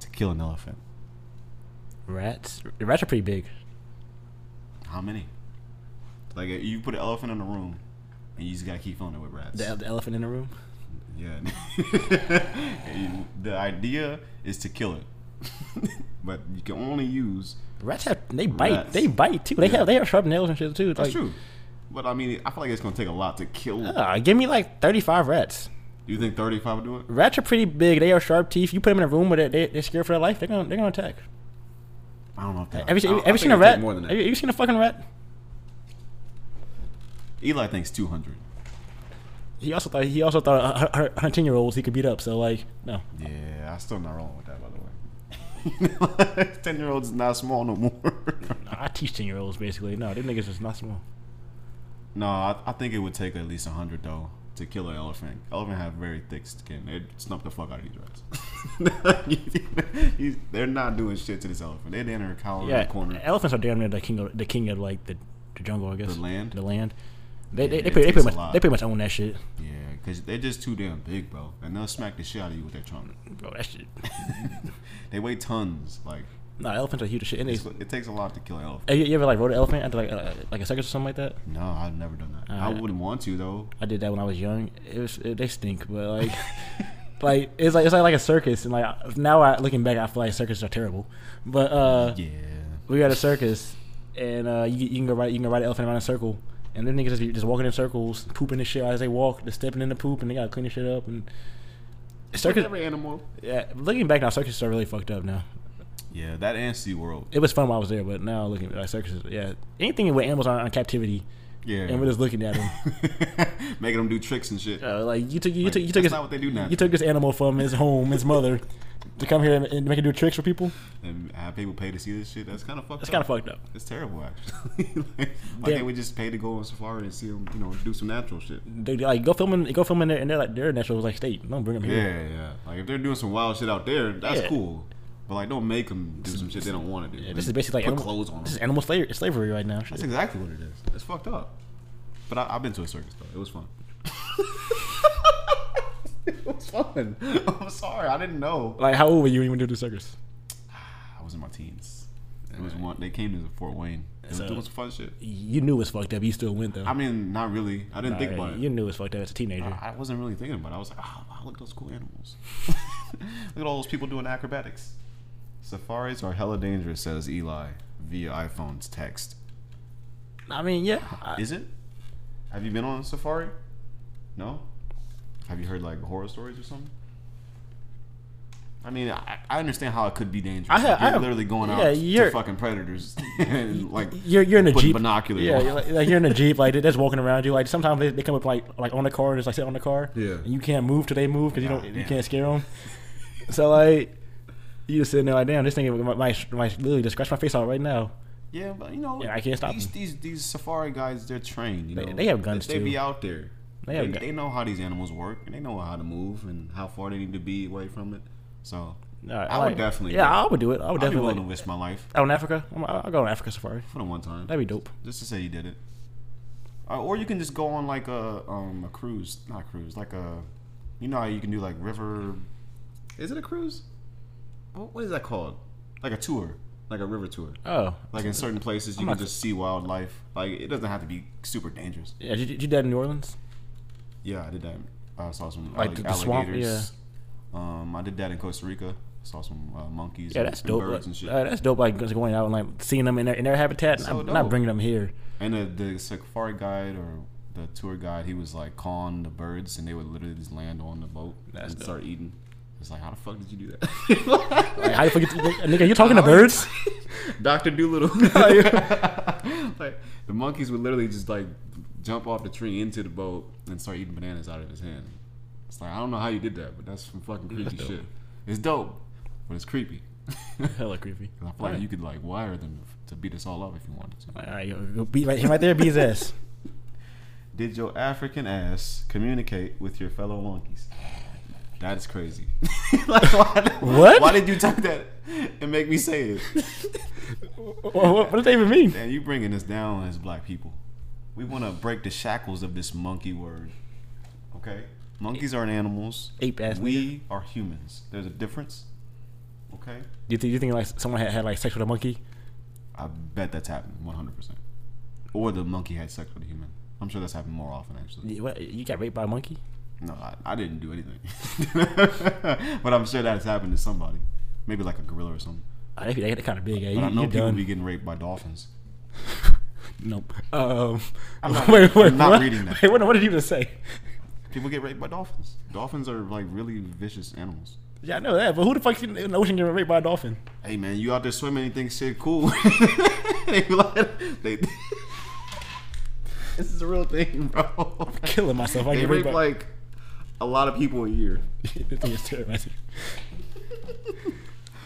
to kill an elephant?
Rats. Rats are pretty big.
How many? Like if you put an elephant in a room, and you just gotta keep filling it with rats.
The, the elephant in the room.
yeah. (laughs) And the idea is to kill it, (laughs) but you can only use.
Rats have. They bite.
Rats.
They bite too. They
Yeah.
have. They have sharp nails and shit too.
That's
like,
true. But I mean, I feel like it's gonna take a lot to kill.
Uh, give me like thirty-five rats.
you think thirty-five would do it?
Rats are pretty big. They have sharp teeth. You put them in a room where they, they, they're scared for their life. They're gonna. They're gonna attack.
I don't know. If that,
Have you,
I- I
have, you- have you
think
seen a
it'd take
rat?
More than that.
Have you, have you seen a fucking rat?
Eli thinks two hundred.
He also thought he also thought hunting year olds he could beat up. So like no,
Yeah, I still not rolling with that, by the way. (laughs) Ten year olds not small no more. (laughs)
I teach ten year olds basically. No, them niggas is not small.
no, I, I think it would take at least hundred though to kill an elephant. Elephant have very thick skin. They snap the fuck out of these rats. (laughs) You- you- they're not doing shit to this elephant. They damn near cower in
Yeah,
the corner.
elephants are damn near the king of the king of like the, the jungle. I guess
The land?
The land. They they, they,
it
pretty,
takes
they pretty
a
much
lot.
they pretty much own that shit.
yeah, because they're just too damn big, bro. And they'll smack the shit out of you with their trunk. (laughs)
Bro, that shit.
They weigh tons. Like
No, elephants are huge as shit. And they,
it's- it takes a lot to kill an elephant.
Hey, you, you ever like rode an elephant after like uh, like a circus or something like that?
No, I've never done that. I
Alright.
wouldn't want to though.
I did that when I was young. It was it, they stink,
(laughs)
but like like it's like it's like, like a circus. And like now I looking back, I feel like circuses are terrible. But uh,
Yeah.
we got a circus, and uh, you, you can go ride you can ride an elephant around in a circle, and then niggas just, be just walking in circles, pooping and shit as they walk, they're stepping in the poop, and they gotta clean the shit up. And
Like
circus,
every animal.
yeah, looking back now, circuses are really fucked up now.
Yeah, that antsy world.
It was fun while I was there, but now looking at like circuses, yeah, anything with animals on, on captivity,
Yeah.
and we're just looking at them.
(laughs) making them do tricks and shit.
Uh, like you took you
Like,
took you took
that's
his,
not what they do now.
you took this animal from his home, his mother, to come here and, and make it do tricks for people.
and have people pay to see this shit. That's kind of fucked.
That's
up.
kind of fucked up.
It's terrible, actually. (laughs) like, why
Yeah.
can't we just pay to go on safari and see them, you know, do some natural shit?
They, they, like go filming, go filming there, and they're like their natural like state. Don't bring them
Yeah,
here.
yeah. Like if they're doing some wild shit out there, that's
Yeah.
cool. But like, don't make them do some shit they don't want to do.
Yeah, this is basically like
put
animal,
clothes on.
This is
Them.
animal slavery, slavery right now. Shit.
That's exactly what it is. It's fucked up. But I, I've been to a circus though. It was fun. (laughs) it was fun. (laughs) I'm sorry, I didn't know.
Like how old were you when you went to the circus?
I was in my teens. It was one. They came to Fort Wayne. It was
So-
doing some fun shit.
You knew it's fucked up. You still went though.
I mean, not really. I didn't think
Alright,
about it.
You knew it's fucked up as a teenager.
I I wasn't really thinking about it. I was like, oh, wow, look at those cool animals. (laughs) look at all those people doing acrobatics. Safaris are hella dangerous, says Eli via iPhone's text.
I mean, yeah. I,
Is it? Have you been on a safari? No? Have you heard like horror stories or something? I mean, I, I understand how it could be dangerous.
I ha-
Like, you're
I have-
literally going
yeah,
out
you're-
to fucking (laughs) predators and like
you're you're in a
putting
jeep.
binoculars.
Yeah,
on.
you're like, like you're in a jeep. Like they're just walking around you. Like sometimes they, they come up like like on the car and just like sit on the car.
Yeah.
And you can't move till they move because you don't you
Goddamn.
can't scare them. so like you just sitting there like damn, this thing might, might, might literally just scratch my face out right now.
Yeah, but you know,
Yeah, I can't stop
these,
them.
these these safari guys. They're trained. You
They-
know,
they have guns,
They, they be
too.
out there.
They
They,
have gu-
they know how these animals work, and they know how to move and how far they need to be away from it. So
All right,
I
like-
would definitely.
Yeah,
go.
I would do it. I would
I'd be willing
definitely.
to
Like,
risk my life
out in Africa, I'm, I'll go on Africa safari.
for the one time.
That'd be dope.
Just to say you did it. Uh, or you can just go on like a um a cruise, not a cruise, like a, you know how you can do like river. Is it a cruise? What, what is that called? Like a tour, like a river tour.
Oh,
Like in certain places, you can just see wildlife. Like it doesn't have to be super dangerous.
yeah. Did you, did you do that in New Orleans?
Yeah, I did that. I saw some uh,
Like
like,
the- the swamp,
alligators. Um, I did that in Costa Rica. Saw some uh, monkeys.
Yeah,
and-
that's
and
dope.
Birds
Like,
and shit.
uh, that's dope. Like just going out and like seeing them in their in their habitat.
So
I'm not
dope.
bringing
(laughs)
them here.
and the, the safari guide or the tour guide, he was like calling the birds, and they would literally just land on the boat
That's
and
dope.
start eating. It's like, how the fuck did you do
(laughs)
that?
Like, how you forget, nigga? You talking
(laughs)
to birds?
Doctor Doolittle. like the monkeys would literally just like jump off the tree into the boat and start eating bananas out of his hand. It's like I don't know how you did that, but that's some fucking creepy shit. It's dope, but it's creepy. (laughs) And
Hella creepy.
I feel like you could like wire them to beat us all up if you wanted to.
All right, yo, go beat right, him right there, beat his (laughs) ass.
Did your African ass communicate with your fellow monkeys? That is crazy. (laughs) like, why,
What?
Why did you type that and make me say it?
what, what, what does that even mean?
And you bringing us down as black people. We want to break the shackles of this monkey word. Okay? Monkeys aren't animals.
Ape ass
We are humans. There's a difference. Okay?
Do you think, you think like someone had, had like sex with a monkey?
I bet that's happened 100%. Or the monkey had sex with a human. I'm sure that's happened more often, actually.
You, what, you got raped by a monkey?
No, I, I didn't do anything. (laughs) but I'm sure that's happened to somebody. Maybe like a gorilla or something.
Oh, they, they kind of big. Yeah.
But I
You,
know
you
people
done.
be getting raped by dolphins.
nope. Um,
I'm not-
(laughs) wait, wait,
I'm not
what?
reading that.
Wait, what, what did you just say?
People get raped by dolphins. Dolphins are like really vicious animals.
Yeah, I know that, but who the fuck in in the ocean getting raped by a dolphin?
Hey man, you out there swimming? You think shit cool? (laughs) they be like, they, (laughs) this is a real thing,
(laughs)
bro.
Killing myself. I
they
get
rape
raped by.
like a lot of people a year.
(laughs) This thing is terrorizing.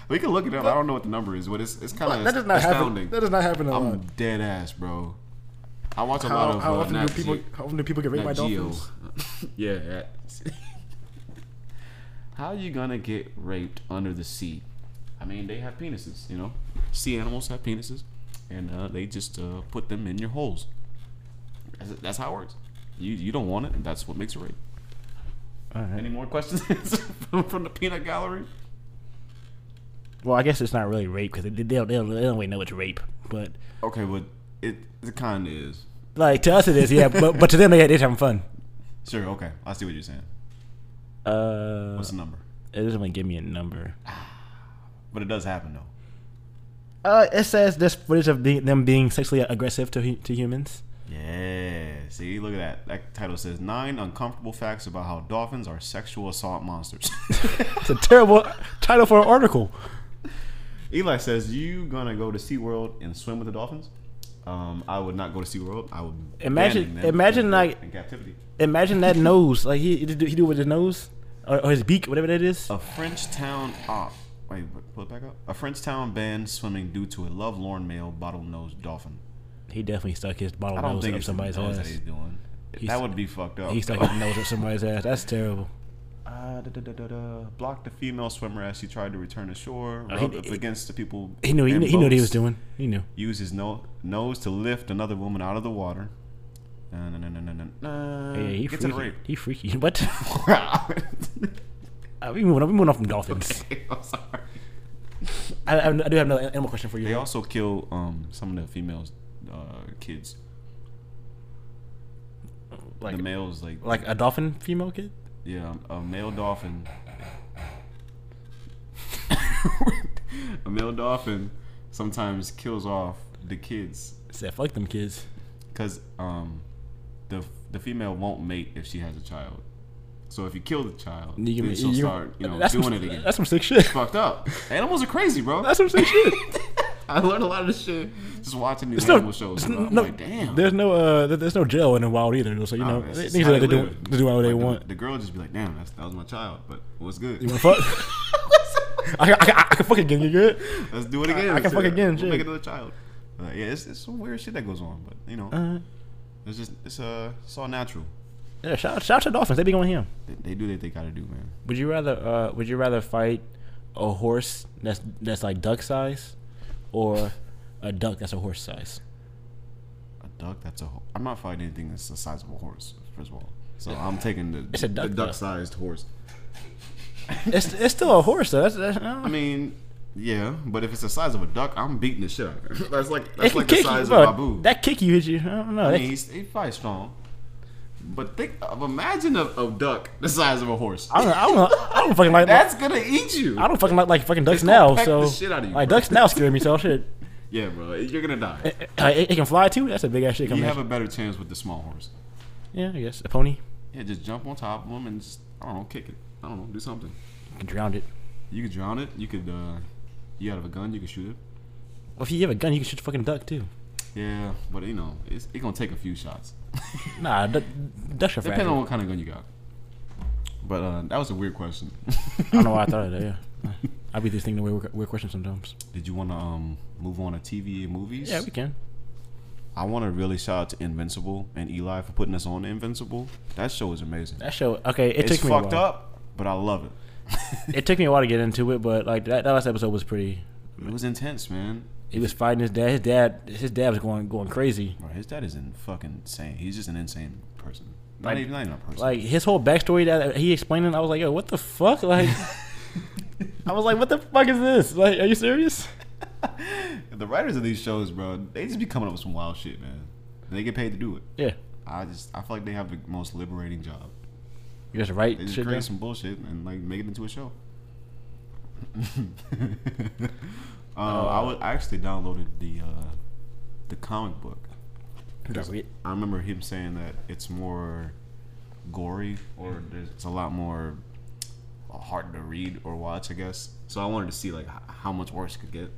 We can look it up. I don't know what the number is, but it's it's kind of
that does not
astounding.
happen. That does not happen a
I'm
lot.
dead ass, bro. I watch a lot
How,
of
how
uh,
often
Nat
do people?
Geo-
How often do people get raped by
Nat Geo.
dolphins?
(laughs) yeah. that- How you gonna get raped under the sea? I mean, they have penises, you know. Sea animals have penises, and uh, they just uh, put them in your holes. That's, that's how it works. You you don't want it, and that's what makes it rape.
All right.
Any more questions (laughs) from, from the peanut gallery?
Well, I guess it's not really rape because they, they'll, they'll, they don't really know it's rape. But
Okay, but it it kind of is.
like to us, it is. Yeah, but but to them, they they're having fun.
Sure. Okay, I see what you're saying.
Uh,
What's the number?
it doesn't really give me a number.
(sighs) But it does happen though.
Uh, it says there's footage of being, them being sexually aggressive to hu- to humans.
Yeah. See, look at that. That title says nine uncomfortable facts about how dolphins are sexual assault monsters. (laughs)
It's a terrible title for an article.
Eli says, "You gonna go to SeaWorld and swim with the dolphins?" Um, I would not go to SeaWorld. I would
Imagine-
abandon them
imagine,
in-
like-
in captivity.
Imagine that nose. Like he he do, he do it with his nose or, or his beak, whatever that is.
A French town op. Wait, wait, pull it back up. A French town banned swimming due to a lovelorn male bottlenose dolphin.
He definitely stuck his
I
bottle
don't
nose
think
up
it's somebody's
somebody's
nose that
ass.
he's doing.
He's-
that would be fucked up.
He stuck his nose up somebody's ass. That's terrible.
Uh, da, da, da, da, da. Blocked the female swimmer as she tried to return to shore.
Uh, he-
Rubbed up
he-
against the people.
He knew he,
in
knew, he knew what he
boats.
was doing. He knew.
Used his no- nose to lift another woman out of the water. Na, na, na, na, na, na, na.
Yeah, he
Uh, Get to the
freaky. He freaky. (laughs) What?
rape. (laughs)
Uh, we moving on. We moving on from dolphins.
I'm sorry.
I, I, I do have another animal question for you.
They also kill um, some of the females' uh, kids.
like
the males, like
like a dolphin female kid.
Yeah, a male dolphin. a male dolphin sometimes kills off the kids
Said fuck them kids.
because um, the the female won't mate if she has a child. So if you kill the child,
You can-
then she'll
you-
start you know
that's
doing
some,
it again.
That's some sick shit.
fucked up. Animals are crazy, bro.
(laughs) That's some
(laughs)
sick shit.
I learned a lot of this shit just watching these
There's
animal
no,
shows.
there's
bro.
no,
I'm like, damn.
there's no, uh, there- there's no jail in the wild either. though, So you
Nah,
know,
man, it's
they,
just
they,
how
they,
they
do,
live.
they do whatever they
Like, the-
want.
The girl just be like, damn, that's, that was my child, but what's good?
You wanna fuck?
(laughs)
I, can- I, can- I can fuck again. You good?
Let's do it again.
I can fuck
Yeah,
again,
We'll
shit.
make another child. Uh, yeah, it's, it's some weird shit that goes on, but you know,
Uh,
it's just it's uh it's all natural.
yeah. Shout, shout out to dolphins. They be going him.
They, they do what they gotta do, man.
Would you rather? Uh, would you rather fight a horse that's that's like duck size, or a duck that's a horse size?
A duck, that's a. Ho- I'm not fighting anything that's the size of a horse. First of all, so I'm taking the
It's a duck,
the
though.
duck-sized horse.
It's it's still a horse though. That's, that's I don't
I mean, yeah, but if it's the size of a duck, I'm beating the shit out. of it. (laughs) that's like
It
that's
can
like the
kick
size
you, bro.
of my boob.
That kick you hit you. I don't know.
I
That-
mean, he's, he's probably strong. But think of imagine a, a duck the size of a horse.
I don't. I don't. I don't fucking like.
That's gonna eat you.
I don't fucking like like fucking ducks
It's gonna
now.
peck
So
the shit out of you,
like
bro.
ducks now scare me. So shit.
yeah, bro, you're gonna die.
Like, it, it can fly too. That's a big ass shit coming.
You
at
have a better chance with the small horse.
you. yeah, I guess a pony
Yeah, just jump on top of them and just I don't know, kick it. I don't know, do something.
you can drown it.
You could drown it. You could. uh You have a gun. You could shoot it.
Well, if you have a gun, you can shoot a fucking duck too.
Yeah, but you know, it's it gonna take a few shots.
Nah, that, that's your fact.
Depending
I
on what kind of gun you got. But uh, that was a weird question.
don't know why
(laughs)
I thought of that. Yeah, I be just thinking weird, weird questions sometimes.
Did you want to um move on to TV and movies?
Yeah, we can.
I want to really shout out to Invincible and Eli for putting us on Invincible. That show is amazing.
That show. Okay, it
it's
took me
fucked
a while.
up, but I love it.
It took me a while to get into it, but like that, that last episode was pretty.
It was intense, man.
He was fighting his dad. His dad. His dad was going going crazy.
Bro, his dad is in fucking insane. He's just an insane person. Not even not even a person.
Like his whole backstory that he explaining, I was like, yo, what the fuck? Like, (laughs) I was like, what the fuck is this? Like, are you serious?
(laughs) the writers of these shows, bro, they just be coming up with some wild shit, man. And they get paid to do it.
Yeah,
I just I feel like they have the most liberating job.
you just write
They just
shit.
create
down.
some bullshit and like make it into a show. (laughs) uh, I would I actually downloaded the uh, the comic book.
Read-
I remember him saying that it's more gory or there's, it's a lot more hard to read or watch, I guess. So I wanted to see like h- how much worse it could get,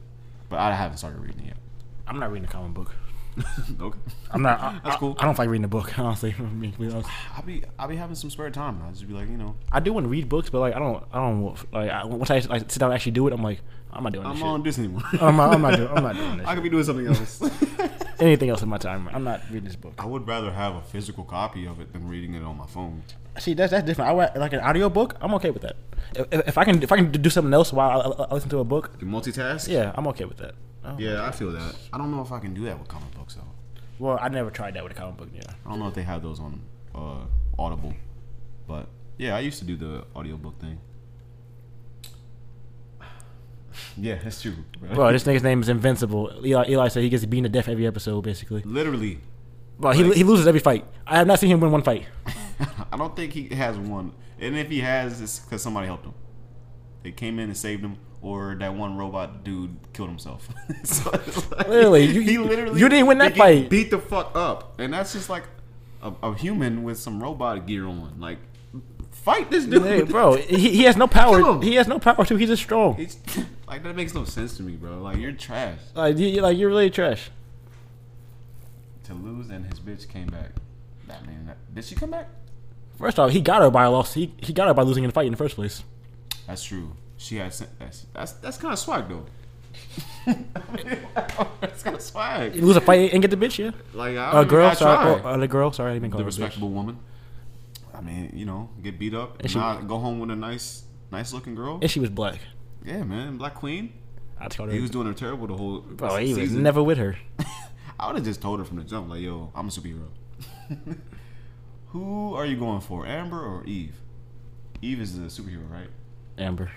but I haven't started reading it
I'm not reading a comic book.
yet. (laughs) okay,
I'm not. I,
That's
I-
cool.
I, don't like reading a book, honestly. (laughs) for me, to be honest.
I'll be I'll be having some spare time. I'll just be like you know
I do want to read books, but like, I don't. I don't like. I, once I like sit down and actually do it, I'm like, I'm not doing this
I'm
shit.
on Disney anymore.
I'm not. I'm not, doing,
(laughs)
I'm not doing this.
I could be doing something else.
(laughs) shit. Anything else in my time? I'm not reading this book.
I would rather have a physical copy of it than reading it on my phone.
See, that's that's different. I want, like an audio book. I'm okay with that. If, if I can, if I can do something else while I, I, I listen to a book,
You multitask?
yeah, I'm okay with that. Oh.
Yeah, I feel that. I don't know if I can do that with comic books though.
Well, I never tried that with a comic book. Yeah.
I don't know if they have those on uh, Audible. But yeah, I used to do the audiobook thing. (sighs) Yeah, that's true. bro.
Bro, this nigga's name is Invincible. Eli, Eli said he gets beaten to death every episode, basically.
Literally,
Bro, he, he loses every fight. I have not seen him win one fight.
I don't think he has one. And if he has, it's because somebody helped him. They came in and saved him, or that one robot dude killed himself. (laughs) so it's like,
Literally, you-
he
you-
literally
you didn't win
they
that
get
fight.
Beat the fuck up, and that's just like a, a human with some robot gear on. Like, fight this dude,
Hey, bro, he, he has no
Kill
power.
him.
He has no power too. He's just strong.
It's, (coughs) like that makes no sense to me, bro. Like you're trash.
Like, you, you- like you're really trash.
To lose, and his bitch came back. That man, that- did she come back?
First off, he got her by a loss. He, he got her by losing in the fight in the first place.
That's true. She had sen- that's that's, that's kind of swag though. (laughs) that's kind of swag.
You lose a fight and get the bitch, yeah.
Like I
A
don't
girl,
girl,
sorry, oh, uh, the girl, sorry, I didn't mean to
the
call her a bitch.
respectable woman. I mean, you know, get beat up,
And she-
not go home with a nice, nice looking girl.
And she was black.
yeah, man, Black Queen.
I told her.
He was doing her terrible the whole
bro, he was
season.
never with her.
I would have just told her from the jump, like, yo, I'm a superhero. (laughs) Who are you going for, Amber or Eve? Eve is the superhero, right?
Amber.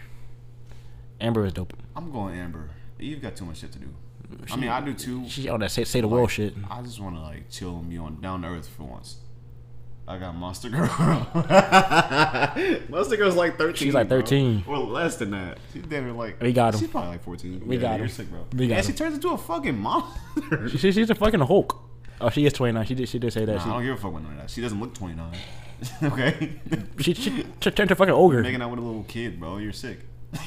Amber is dope.
I'm going Amber. Eve got too much shit to do. I mean, I do too.
She on that say, say the world shit.
I just want to like chill and be on down to earth for once. I got Monster Girl. (laughs) Monster Girl's like 13.
She's like
bro.
13.
Or less than that. She's damn near like.
We got 'em.
She's probably like 14.
We got 'em.
You're sick, bro.
We got
and she
'em.
turns into a fucking monster.
She, she's a fucking Hulk. Oh, she is 29. She did. She did say that.
Nah, I don't give a fuck with none of that. She doesn't look 29. (laughs) okay?
she,
(laughs)
she, she t- turned to fucking ogre.
Making out with a little kid, bro. You're sick. (laughs)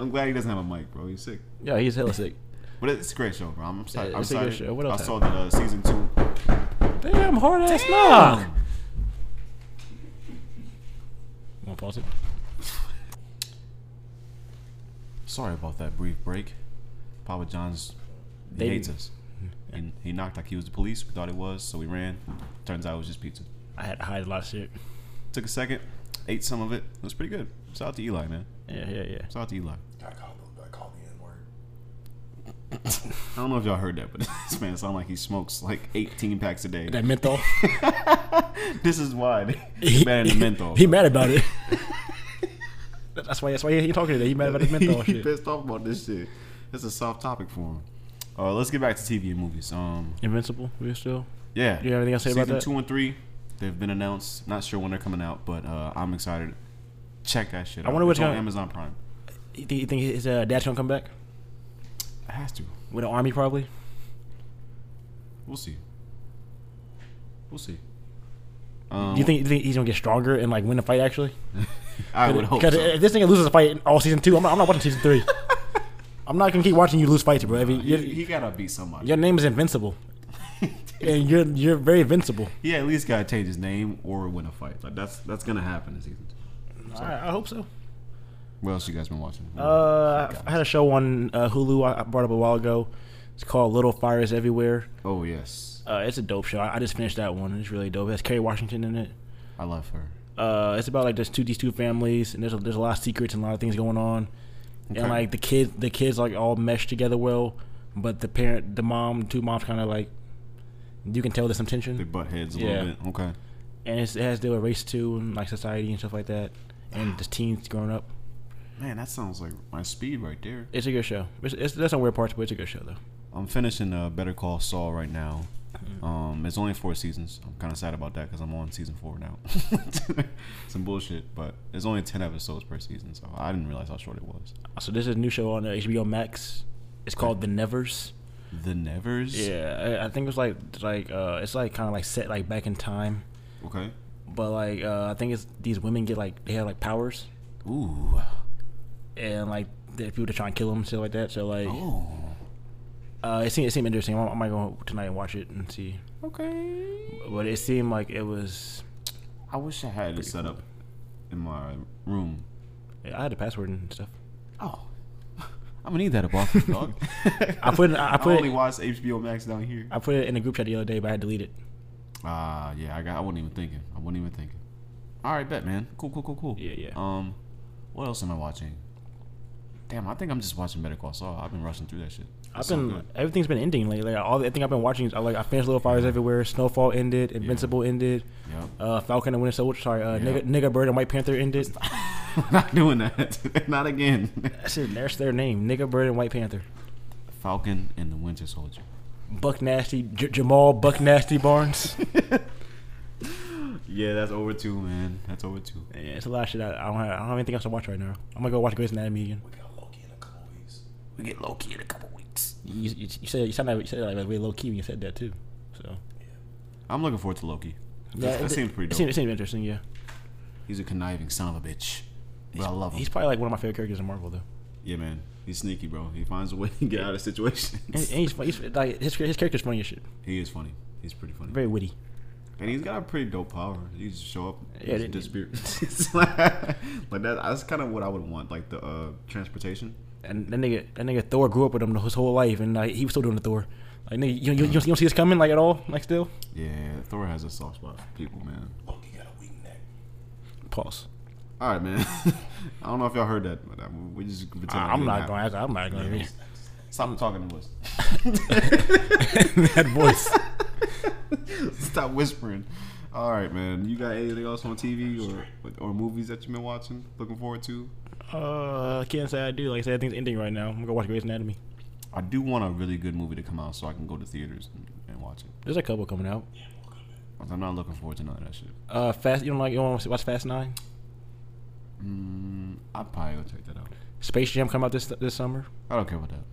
I'm glad he doesn't have a mic, bro. You're sick.
Yeah, he's hella sick.
But it's a great show, bro. I'm, excited.
Yeah,
I'm
it's a good
excited.
show. What else
I saw that uh, season two.
Damn, hard ass knock. Want to pause it?
Sorry about that brief break. Papa John's he
They-
hates us. And he knocked like he was the police. We thought it was, so we ran. Turns out it was just pizza.
I had to hide a lot of shit.
Took a second, ate some of it. It was pretty good. Shout out to Eli, man.
Yeah, yeah, yeah.
Shout out to Eli.
I call I call the N word.
(laughs) I don't know if y'all heard that, but (laughs) this man sounds like he smokes like 18 packs a day.
That menthol.
This is why he's mad at the menthol.
(laughs) he mad about it. (laughs) that's why. That's why he, he talking today. (laughs) He mad about the
(laughs)
menthol
he
shit.
pissed off about this shit. It's a soft topic for him. Uh, let's get back to TV and movies. Um,
Invincible. We're still.
yeah.
You have anything else to say
Season
about that?
two and three, they've been announced. Not sure when they're coming out, but uh, I'm excited. Check that shit.
I
out.
wonder what's
It's on
gonna-
Amazon Prime.
You think, you think his uh, dad's gonna come back
It has to.
with an army? Probably.
We'll see. We'll see. Um,
Do you think, you think he's gonna get stronger and like win the fight? Actually,
I would hope.
Because
So.
(laughs) if this nigga loses a fight in all season two, I'm not, I'm not watching season three. I'm not gonna keep watching you lose fights, bro. If you-
He,
your,
he gotta beat somebody.
your name is (laughs) invincible, and you're you're very invincible.
He at least gotta change his name or win a fight. Like that's that's gonna happen this season.
I, I hope so.
What else you guys been watching?
Uh, I had a show on uh, Hulu I I brought up a while ago. It's called Little Fires Everywhere.
oh yes,
Uh, it's a dope show. I, I just finished that one. It's really dope. It has Kerry Washington in it.
I love her.
Uh, it's about like just two these two families, and there's a, there's a lot of secrets and a lot of things going on,
Okay.
and like the kids the kids like all mesh together well, but the parent the mom two moms kind of like you can tell there's some
They
tension,
butt heads a
Yeah.
little bit. Okay.
and it's, it has to do with race too and like society and stuff like that, and just teens growing up.
Man, that sounds like my speed right there.
It's a good show. It's, it's there's some weird parts, but it's a good show though.
I'm finishing uh, Better Call Saul right now.
Mm-hmm.
Um, it's only four seasons. I'm kind of sad about that because I'm on season four now. (laughs) Some bullshit, but it's only ten episodes per season, so I didn't realize how short it was.
So this is a new show on uh, HBO Max. It's called The Nevers.
The Nevers.
Yeah, I, I think it was like like uh, it's like kind of like set like back in time.
Okay.
But like uh, I think it's these women get like they have like powers
Ooh.
and like the people to try and kill them and stuff like that. So like
Oh.
uh, it seemed it seemed interesting. I, I might go tonight and watch it and see.
Okay.
But it seemed like it was
I wish I had it set up in my room.
I had a password and stuff.
Oh. (laughs) I'm gonna need that up off me, (laughs) dog.
I put
(laughs)
it- I put it-
only watch HBO Max down here.
I put it in a group chat the other day, but I had to delete it.
Ah, yeah, I got. I wasn't even thinking. I wasn't even thinking. All right, bet, man. Cool, cool, cool, cool.
Yeah, yeah.
Um, what else am I watching? Damn, I think I'm just watching Better Call Saul. I've been rushing through that shit.
I've
It's so
been
good.
everything's been ending lately. Like all the thing I've been watching is I, like I finished Little Fires Everywhere, Snowfall ended, Invincible ended,
Yep.
uh, Falcon and Winter Soldier. Sorry, uh,
Yeah.
nigga, nigga Bird and White Panther ended.
(laughs)
(laughs)
not doing that. (laughs) not again.
That's it. That's their name, Nigga Bird and White Panther.
Falcon and the Winter Soldier.
Buck Nasty, J- Jamal Buck Nasty Barnes. (laughs)
Yeah, that's over two, man. That's over two.
Yeah, it's a lot of shit. I, I, don't have, I don't have anything else to watch right now. I'm gonna go watch Grey's Anatomy again.
We got Loki in a couple weeks.
We get Loki in a couple weeks.
You, you, you said you sounded like, you said like really low key when you said that too. So
I'm looking forward to Loki.
yeah,
that seems pretty
It
dope.
seems, it seems interesting. Yeah,
He's a conniving son of a bitch, but I love him.
he's probably like one of my favorite characters in Marvel though.
yeah, man. He's sneaky, bro. He finds a way to get out of situations.
And, and he's, fun- he's like his his character's funny as shit.
he is funny. He's pretty funny.
Very witty.
And he's got a pretty dope power. He just show up,
Yeah,
yeah, just
they-
disappear. (laughs) It's like like that, that's kind of what I would want, like the uh, transportation.
And that nigga that nigga Thor grew up with him his whole life, and like, he was still doing the Thor. Like nigga, you, you, you, don't- you don't see this coming like at all. Like still,
Yeah, Thor has a soft spot for people, man.
Loki Oh, got a weak neck.
pause.
All right, man. (laughs) I don't know if y'all heard that, but uh, we just pretend
I,
like
I'm
it
not
didn't
going.
happen.
to I'm not going. to
Stop talking to us. (laughs)
(laughs) That voice.
Stop whispering. All right, man. You got anything else on TV or or movies that you've been watching? Looking forward to?
Uh, I can't say I do. Like I said, everything's ending right now. I'm gonna go watch Grey's Anatomy.
I do want a really good movie to come out so I can go to theaters and, and watch it.
There's a couple coming out.
I'm not looking forward to none of that shit.
Uh, Fast. You don't like? You want to watch Fast Nine?
Mm, I'll probably go check that out.
Space Jam come out this this summer.
I don't care about that.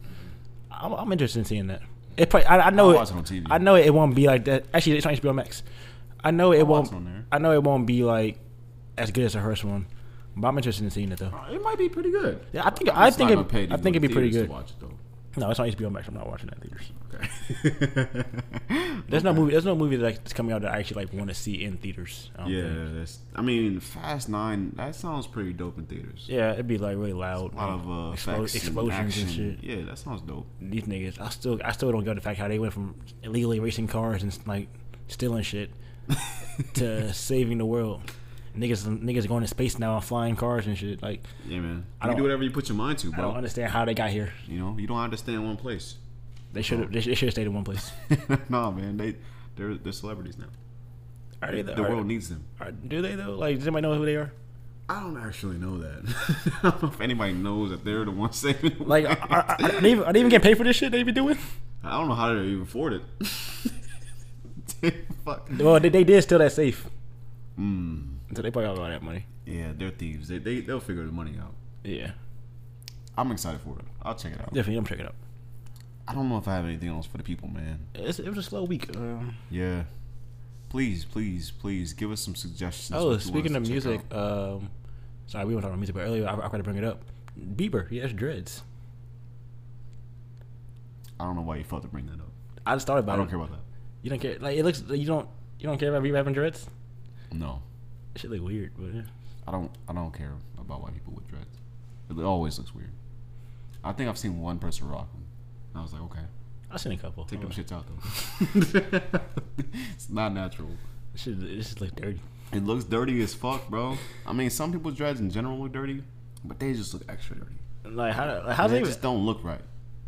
I'm, I'm interested in seeing that. It probably. I, I know.
I'll
it,
watch it on TV.
I know it, won't be like that. Actually, it's on HBO Max. I know it
I'll watch
won't.
it on there.
I know it won't be like as good as the first one, but I'm interested in seeing it though.
It might be pretty good.
Yeah, I think- I think it- I think it'd be pretty good.
watch it though.
No, it's on HBO Max. I'm not watching that in theaters.
Okay.
(laughs) There's no movie. There's no movie that that's coming out that I actually like want to see in theaters. I don't
(laughs) Yeah,
think.
that's. I mean, Fast Nine. That sounds pretty dope in theaters.
Yeah, it'd be like really loud.
A lot of uh,
Explo-
facts
explosions and
and, action.
shit.
Yeah, that sounds
(laughs)
dope.
these niggas. I still I still don't get the fact how they went from illegally racing cars and like stealing shit
(laughs)
to saving the world. Niggas niggas going to space now on flying cars and shit. Like
Yeah, man.
I
You
don't-
do whatever you put your mind to,
I don't
bro.
understand how they got here.
You know, you don't have to stay in one place. (laughs)
They should have they should have stayed in one place.
nah, man. They they're they're celebrities now.
Are they
The world needs them.
Are, do they though? Like does anybody know who
(laughs)
they are?
I don't actually know that. (laughs) I don't know if anybody knows that they're the ones saving. the
Like
world.
are, are, are they even, are they even getting paid for this shit they be doing?
I don't know how they even afford
(laughs)
it. Fuck.
Well, they, they did steal that safe,
Mm.
so they probably got all that money.
Yeah, they're thieves. They, they they'll figure the money out.
Yeah,
I'm excited for it. I'll check it out.
definitely. I'm checking it out.
I don't know if I have anything else for the people, man.
It's, it was a slow week. Um,
Yeah. Please, please, please give us some suggestions. what you
Oh,
want
speaking
us
of
to check
music,
out.
um, sorry, we were talking about music, but earlier I, I forgot to bring it up. Bieber, he has dreads.
I don't know why you felt to bring that up.
I just thought about it.
I don't care about that.
You don't care. Like it looks. You don't. You don't care about rewrapping dreads.
No,
It should look weird, but yeah.
I don't. I don't care about white people with dreads. It always looks weird. I think I've seen one person rock them. And I was like, okay,
I've seen a couple.
take them
Oh,
shits out though. (laughs) it's not natural.
It should. It should look dirty.
It looks dirty as fuck, bro. I mean, some people's dreads in general look dirty, but they just look extra dirty.
Like how? Like, how
they
they?
just don't look right.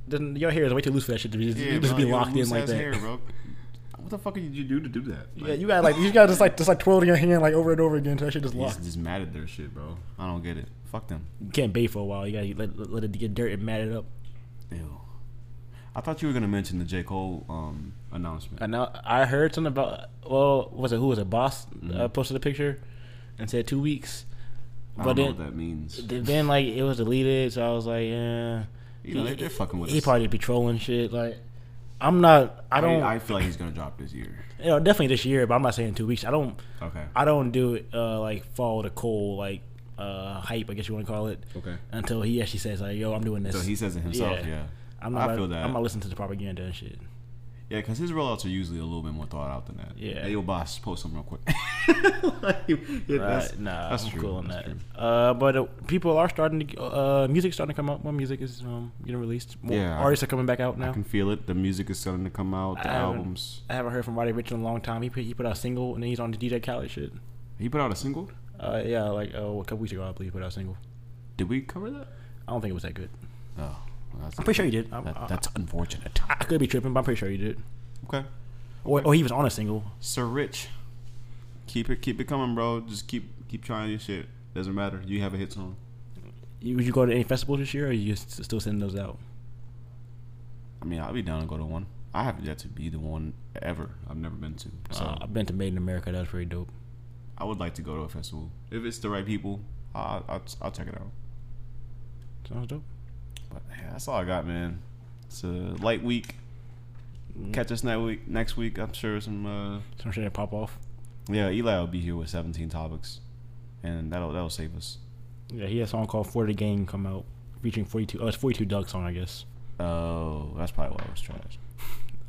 doesn't- Your hair is way too loose for that shit to be just, just be
you got
locked in like
loose-ass
that.
hair, bro. What the fuck did you do to do that?
Yeah, you got like you got just like just like twirling your hand like over and over again until that shit just
He's
locked.
just mad at their shit, bro. I don't get it. Fuck them.
You can't bathe for a while. You gotta let, let it get dirt and matted up.
Ew. I thought you were gonna mention the J Cole um, announcement.
I know. I heard something about. Well, was it who was it? Boss
Mm-hmm.
uh, posted a picture and said two weeks,
I don't
but
know
then
what that means.
th- then like it was deleted. So I was like, yeah.
You know, they- they're fucking with
He
us.
probably be trolling shit. Like I'm not. I
I,
don't.
I feel like he's gonna drop this year.
you know, definitely this year, but I'm not saying two weeks. I don't.
Okay.
I don't do it uh, like fall to cold like uh, hype. I guess you want to call it.
Okay.
Until he actually says like, "Yo, I'm doing this."
So he says it himself.
Yeah.
Yeah. yeah.
I'm not.
I
about-
feel that.
I'm not listening to the propaganda and shit.
Yeah, because his rollouts are usually a little bit more thought out than that.
Yeah.
Hey, yo, boss, post something real quick. (laughs) Like, yeah, that's-
right? Nah,
that's
I'm
true,
cool on
that's
that.
true.
Uh, but uh, people are starting to. Uh, music's starting to come out. More music is um getting released. More
Yeah.
Artists are coming back out now.
I can feel it. The music is starting to come out. The
I haven't-
albums.
I haven't heard from Roddy Rich in a long time. He put, he put out a single and then he's on the DJ Khaled shit.
He put out a single.
Uh, yeah, like oh, a couple weeks ago, I believe he put out a single.
Did we cover that?
I don't think it was that good.
No. Oh, That's,
I'm pretty sure he did. I'm,
that,
I,
that's unfortunate.
I could be tripping, but I'm pretty sure he did.
Okay.
Or, or he was on a single.
Sir Rich, keep it keep it coming, bro. Just keep keep trying your shit. Doesn't matter. You have a hit song.
You, would you go to any festivals this year, or you s- still sending those out?
I mean, I'll be down to go to one. I haven't yet to be the one ever. I've never been to.
So
Um,
I've been to Made in America. That was pretty dope.
I would like to go to a festival if it's the right people. I'll I'll, I'll check it out.
Sounds dope.
But yeah, that's all I got, man. It's a light week. Catch us next week. Next week, I'm sure some. Uh,
Some shit that pop off.
yeah, Eli will be here with 17 topics, and that'll that'll save us.
Yeah, he had a song called "For the Game" come out featuring 42. Oh, it's 42 Doug song, I guess.
Oh, that's probably why I was (laughs) trash.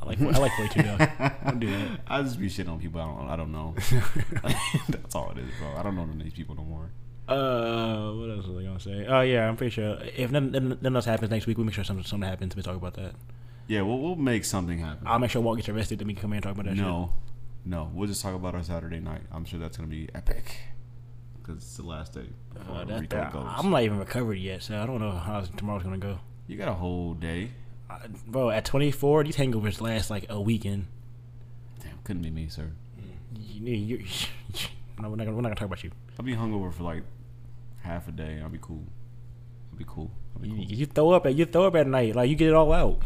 I like I like 42 Doug.
Don't do that. (laughs) I just be shitting on people I don't I don't (laughs) know. That's all it is, bro. I don't know none of these people no more.
(laughs) Uh, what else was I gonna say? Oh yeah, I'm pretty sure if nothing, nothing nothing else happens next week, we make sure something something happens. We talk about that.
Yeah, we'll we'll make something happen.
I'll make sure Walt gets arrested. Then we can come in and talk about that.
no, no. We'll just talk about our Saturday night. I'm sure that's gonna be epic because it's the last day.
shit.
before
Uh, that-
Rico
that-
goes.
I'm not even recovered yet, so I don't know how tomorrow's gonna go.
you got a whole day.
I, bro, at 24, these hangovers last like a weekend.
Damn, couldn't be me, sir.
You, you, (laughs) you, no, we're not gonna we're not gonna talk about you.
I'll be hungover for like half a day. I'll be cool. I'll be cool. I'll be
You,
cool.
you throw up at you throw up at night, like you get it all out.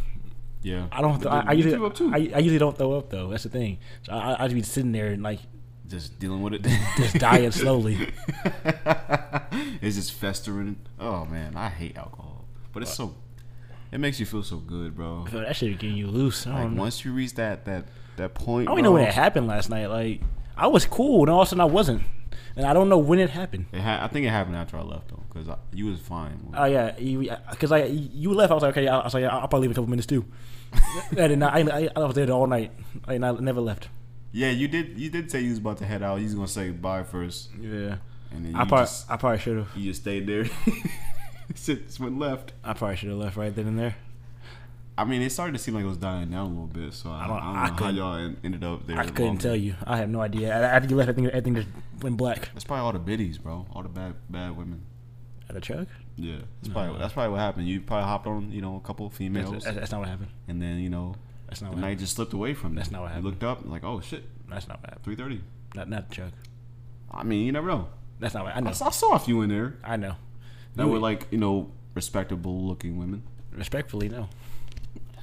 Yeah.
I don't.
But
Th- I,
then
I
you
usually
threw up too.
I, I usually don't throw up though. That's the thing. So I, I- I just be sitting there and like
just dealing with it.
(laughs) just dying slowly.
(laughs) it's just festering. Oh man, I hate alcohol, but it's so it makes you feel so good, bro.
Bro, that shit is getting you loose. I
Like
don't know.
once you reach that that that point,
I don't even know
bro,
when it happened last night. Like I was cool, and all of a sudden I wasn't, and I don't know when it happened.
It ha- I think it happened after I left though, because you was fine.
Oh yeah, you because I you left. I was like, okay, I, I was like, I'll probably leave in a couple minutes (laughs) too. I did not. I, I, I was there all night. I, I never left.
yeah, you did. You did say you was about to head out. You was gonna say bye first,
Yeah,
and then you
I probably
just
I probably should have.
you just stayed there. (laughs) Shit just went left.
I probably should have left right then and there.
I mean, it started to seem like it was dying down a little bit. So I, I
don't-
don't,
I
know how
couldn't-
y'all en- ended up there.
I couldn't
longer.
tell you. I have no idea. I, I think you left. I think everything just went black
That's probably all the biddies, bro. All the bad bad women.
at a chug.
Yeah, that's probably that's probably what happened. You probably hopped on, you know, a couple
That's,
females,
that's, that's not what happened.
and then you know,
That's
the
not what
night
happened.
just slipped away from. you.
That's not what
You looked up, and like, oh shit,
That's not what happened.
three thirty.
Not not the chug.
I mean, you never know.
That's not what I
I
know.
saw, I saw a few in there
I know.
that
You-
were like, you know, respectable looking women.
Respectfully, no.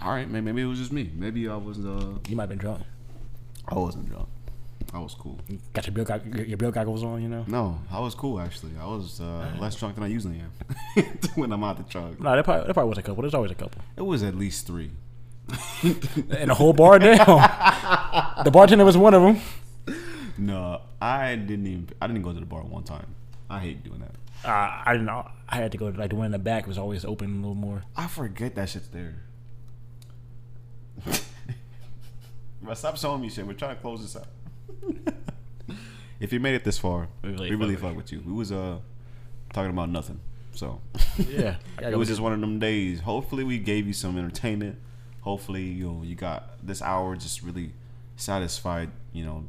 All right, man, maybe it was just me. Maybe I wasn't. Uh,
You might have been drunk.
I wasn't drunk. I was cool.
Got your bill gog- your, your bill goggles on. You know.
No, I was cool actually. I was uh, less drunk than I usually am (laughs) when I'm out the truck.
No, that probably, that probably was a couple. There's always a couple.
It was at least three.
And the whole bar
(laughs)
down. the bartender was one of them.
No, I didn't even. I didn't go to the bar one time. I hate doing that.
Uh, I didn't know. I had to go to like the one in the back was always open a little more.
(laughs) I forget that shit's there. Bro, stop showing me shit. We're trying to close this out. (laughs) if you made it this far, we really, fuck, with you. We was uh talking about nothing. So
(laughs) Yeah. I gotta
it was
go-
just one of them days. Hopefully, we gave you some entertainment. Hopefully, you you got this hour just really satisfied. You know,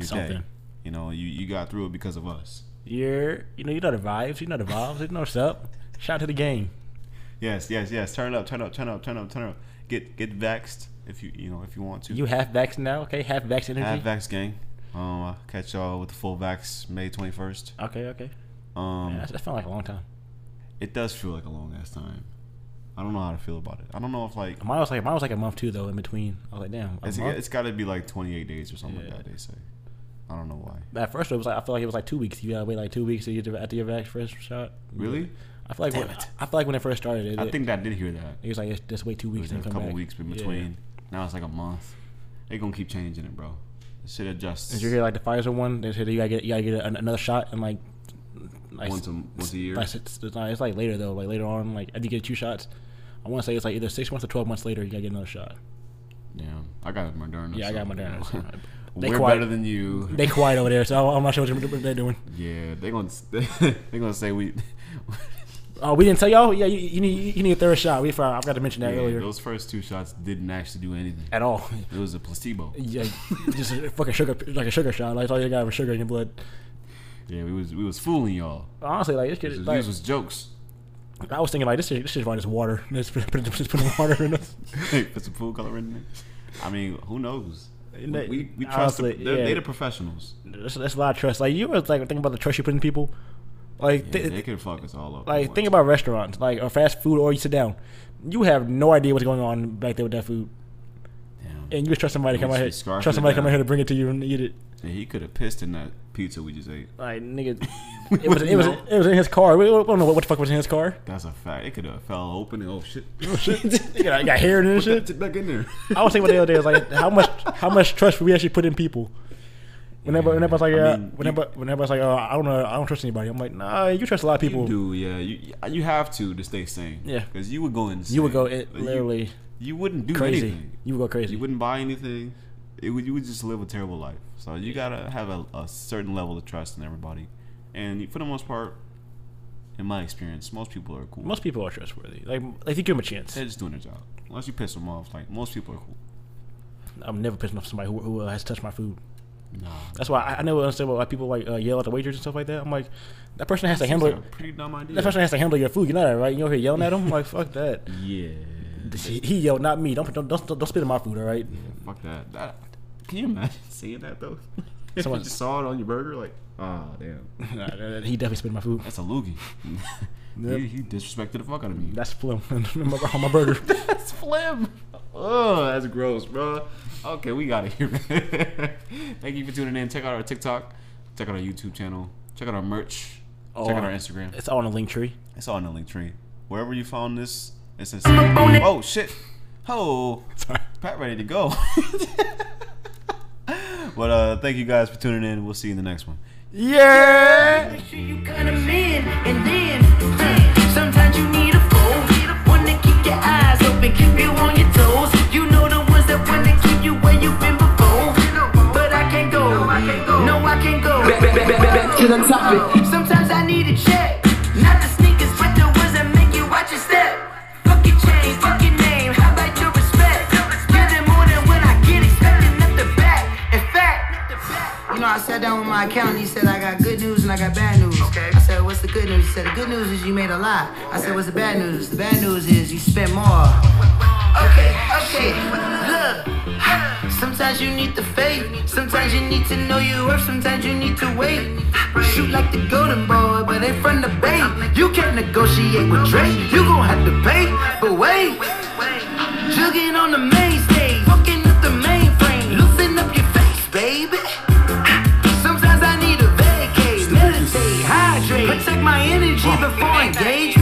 your day.
Something.
You know, you you got through it because of us.
You're, you know, you know the vibes. You know the vibes. You know what's up. Shout out to the game.
Yes, yes, yes. Turn up, turn up, turn up, turn up, turn up. Get get vexed if you you know if you want to.
You half vax now, okay? Half vax energy.
Half vax gang. Um, I'll catch y'all with the full vax May twenty first.
Okay, okay.
Um,
Man, that that felt like a long time.
it does feel like a long ass time. I don't know how to feel about it. I don't know if like
Mine was like mine was like a month too though in between. I was like, damn. A
it's,
month?
it's got to be like twenty eight days or something
Yeah.
like that. They say. I don't know why.
But at first it was like I feel like it was like two weeks. You gotta wait like two weeks to get to, after your vax first shot.
Really?
I feel like when, I feel like when it first started, it,
I think that did hear that.
it was like just- just wait two
It
weeks
was
and
like a
come
couple
back.
weeks in
Yeah.
between. Now it's like a month. They gonna keep changing it, bro. This shit adjusts.
Did you hear like the Pfizer one? They said you gotta get you gotta get an, another shot and like. Like,
Once a- once a year?
Like, it's, it's not- it's like later though. Like later on, like after you get two shots, I want to say it's like either six months or twelve months later. You gotta get another shot.
Damn, I got Moderna.
Yeah, I got
so-
Moderna, so- They
We're
quiet-
better than you.
They quiet over there, so I'm not sure what they're- they're doing.
yeah, they gonna (laughs) they gonna say we.
Oh, we didn't tell y'all. Yeah, you, you need you need a third shot. We forgot. I forgot to mention that
Yeah,
earlier.
Those first two shots didn't actually do anything.
At all. (laughs)
It was a placebo.
Yeah, just a fucking sugar like a sugar shot. Like that's all you got was sugar in your blood.
Yeah, we was we was fooling y'all.
Honestly, like this
These
shit. Like,
these was jokes. (laughs)
I was thinking like this shit. This shit's probably just water. (laughs) Just put, put, just put water (laughs) in us.
Put some food color in there. I mean, who knows? We,
They-
we, we trust the,
honestly,
they're,
yeah.
they the professionals.
That's, that's a lot of trust. Like you were like thinking about the trust you put in people. Like
Yeah,
thi-
they could fuck us all up.
like think about restaurants, like or fast food, or you sit down. You have no idea what's going on back there with that food,
Damn.
and you just trust somebody to come
We
out here.
just be scarfing
Trust somebody
it
to come out here
down.
to bring it to you and eat it.
Yeah, he could have pissed in that pizza we just ate.
Like nigga,
(laughs) We
it was
wouldn't
it was
know.
it was in his car. We we don't know what the fuck was in his (laughs) car.
That's a fact. It could have fell open and oh
(laughs)
shit.
You got, you got hair in it
Put
and
that
shit.
shit back in there.
I was thinking the other day, I was like, how much how much trust we actually put in people? Whenever,
Yeah,
whenever it's like,
I
uh,
mean, you-
whenever, whenever it's like, oh, I don't know, I don't trust anybody. I'm like, nah, you trust a lot of people.
You do, yeah. You you have to to stay sane.
Yeah.
Because you would go insane.
You would go it,
Like, you-
literally
You, wouldn't do
crazy.
anything.
You would go crazy.
You wouldn't buy anything. It would, you would just live a terrible life. So you gotta have a, a certain level of trust in everybody. And for the most part, in my experience, most people are cool.
Most people are trustworthy. Like, like you give them a chance.
They're just doing their job. Unless you piss them off, like most people are cool.
I'm never pissing off somebody who, who uh, has touched my food.
Nah.
That's why I, I never understand why people like uh, yell at the waitress and stuff like that. I'm like, that person has to handle.
a pretty dumb idea.
That person has to handle your food. You know that, right? You over here yelling at him. like, fuck (laughs) that.
yeah.
He, he yelled, not me. Don't don't don't, don't spit in my food. All right.
Fuck that. That can you imagine (laughs) seeing that though? If
Someone-
you just saw it on your burger, like, ah, damn,
(laughs) Nah, nah, nah, he definitely spit in my food.
that's a (laughs) loogie. he, he disrespected the fuck out of me.
That's (laughs) phlegm on my- on my (laughs) burger.
That's phlegm. Oh, that's gross, bro. Okay, we got it here. (laughs) Thank you for tuning in. Check out our TikTok. Check out our YouTube channel. Check out our merch.
Oh,
check out our Instagram.
It's all in a link tree.
It's all in the link tree. Wherever you found this, it's in. Oh shit! Oh,
Sorry.
Pat ready to go. (laughs) but uh, thank you guys for tuning in. We'll see you in the next one.
Yeah.
Make sure you cut 'em in and then hmm, sometimes you need a foe. Get up one to keep your eyes open, keep you on your toes. You know the ones that wanna keep you where you've been before. But I can't go. No, I can't go.
Back, back, back, back, back to the topic.
Sometimes I need a check. Not the sneakers, but the ones that make you watch your step. Fuck your chain, fuck your name. How about your respect? Give them more than what I get, expecting nothing back. In fact, you know, I sat down with my accountant. He said, I got good news and I got bad news. Okay. I said, What's the good news? He said, The good news is you made a lot. I said, What's the bad news? The bad news is you spent more. Okay, okay. Look, sometimes you need the faith. Sometimes you need to know your worth. Sometimes you need to wait. Shoot like the golden boy, but in front of bay. You can't negotiate with Drake. You gon' have to pay. But wait, jugging on the main stage, fucking up the mainframe. Loosen up your face, baby. Sometimes I need a vacate, meditate, hydrate, protect my energy before engagement.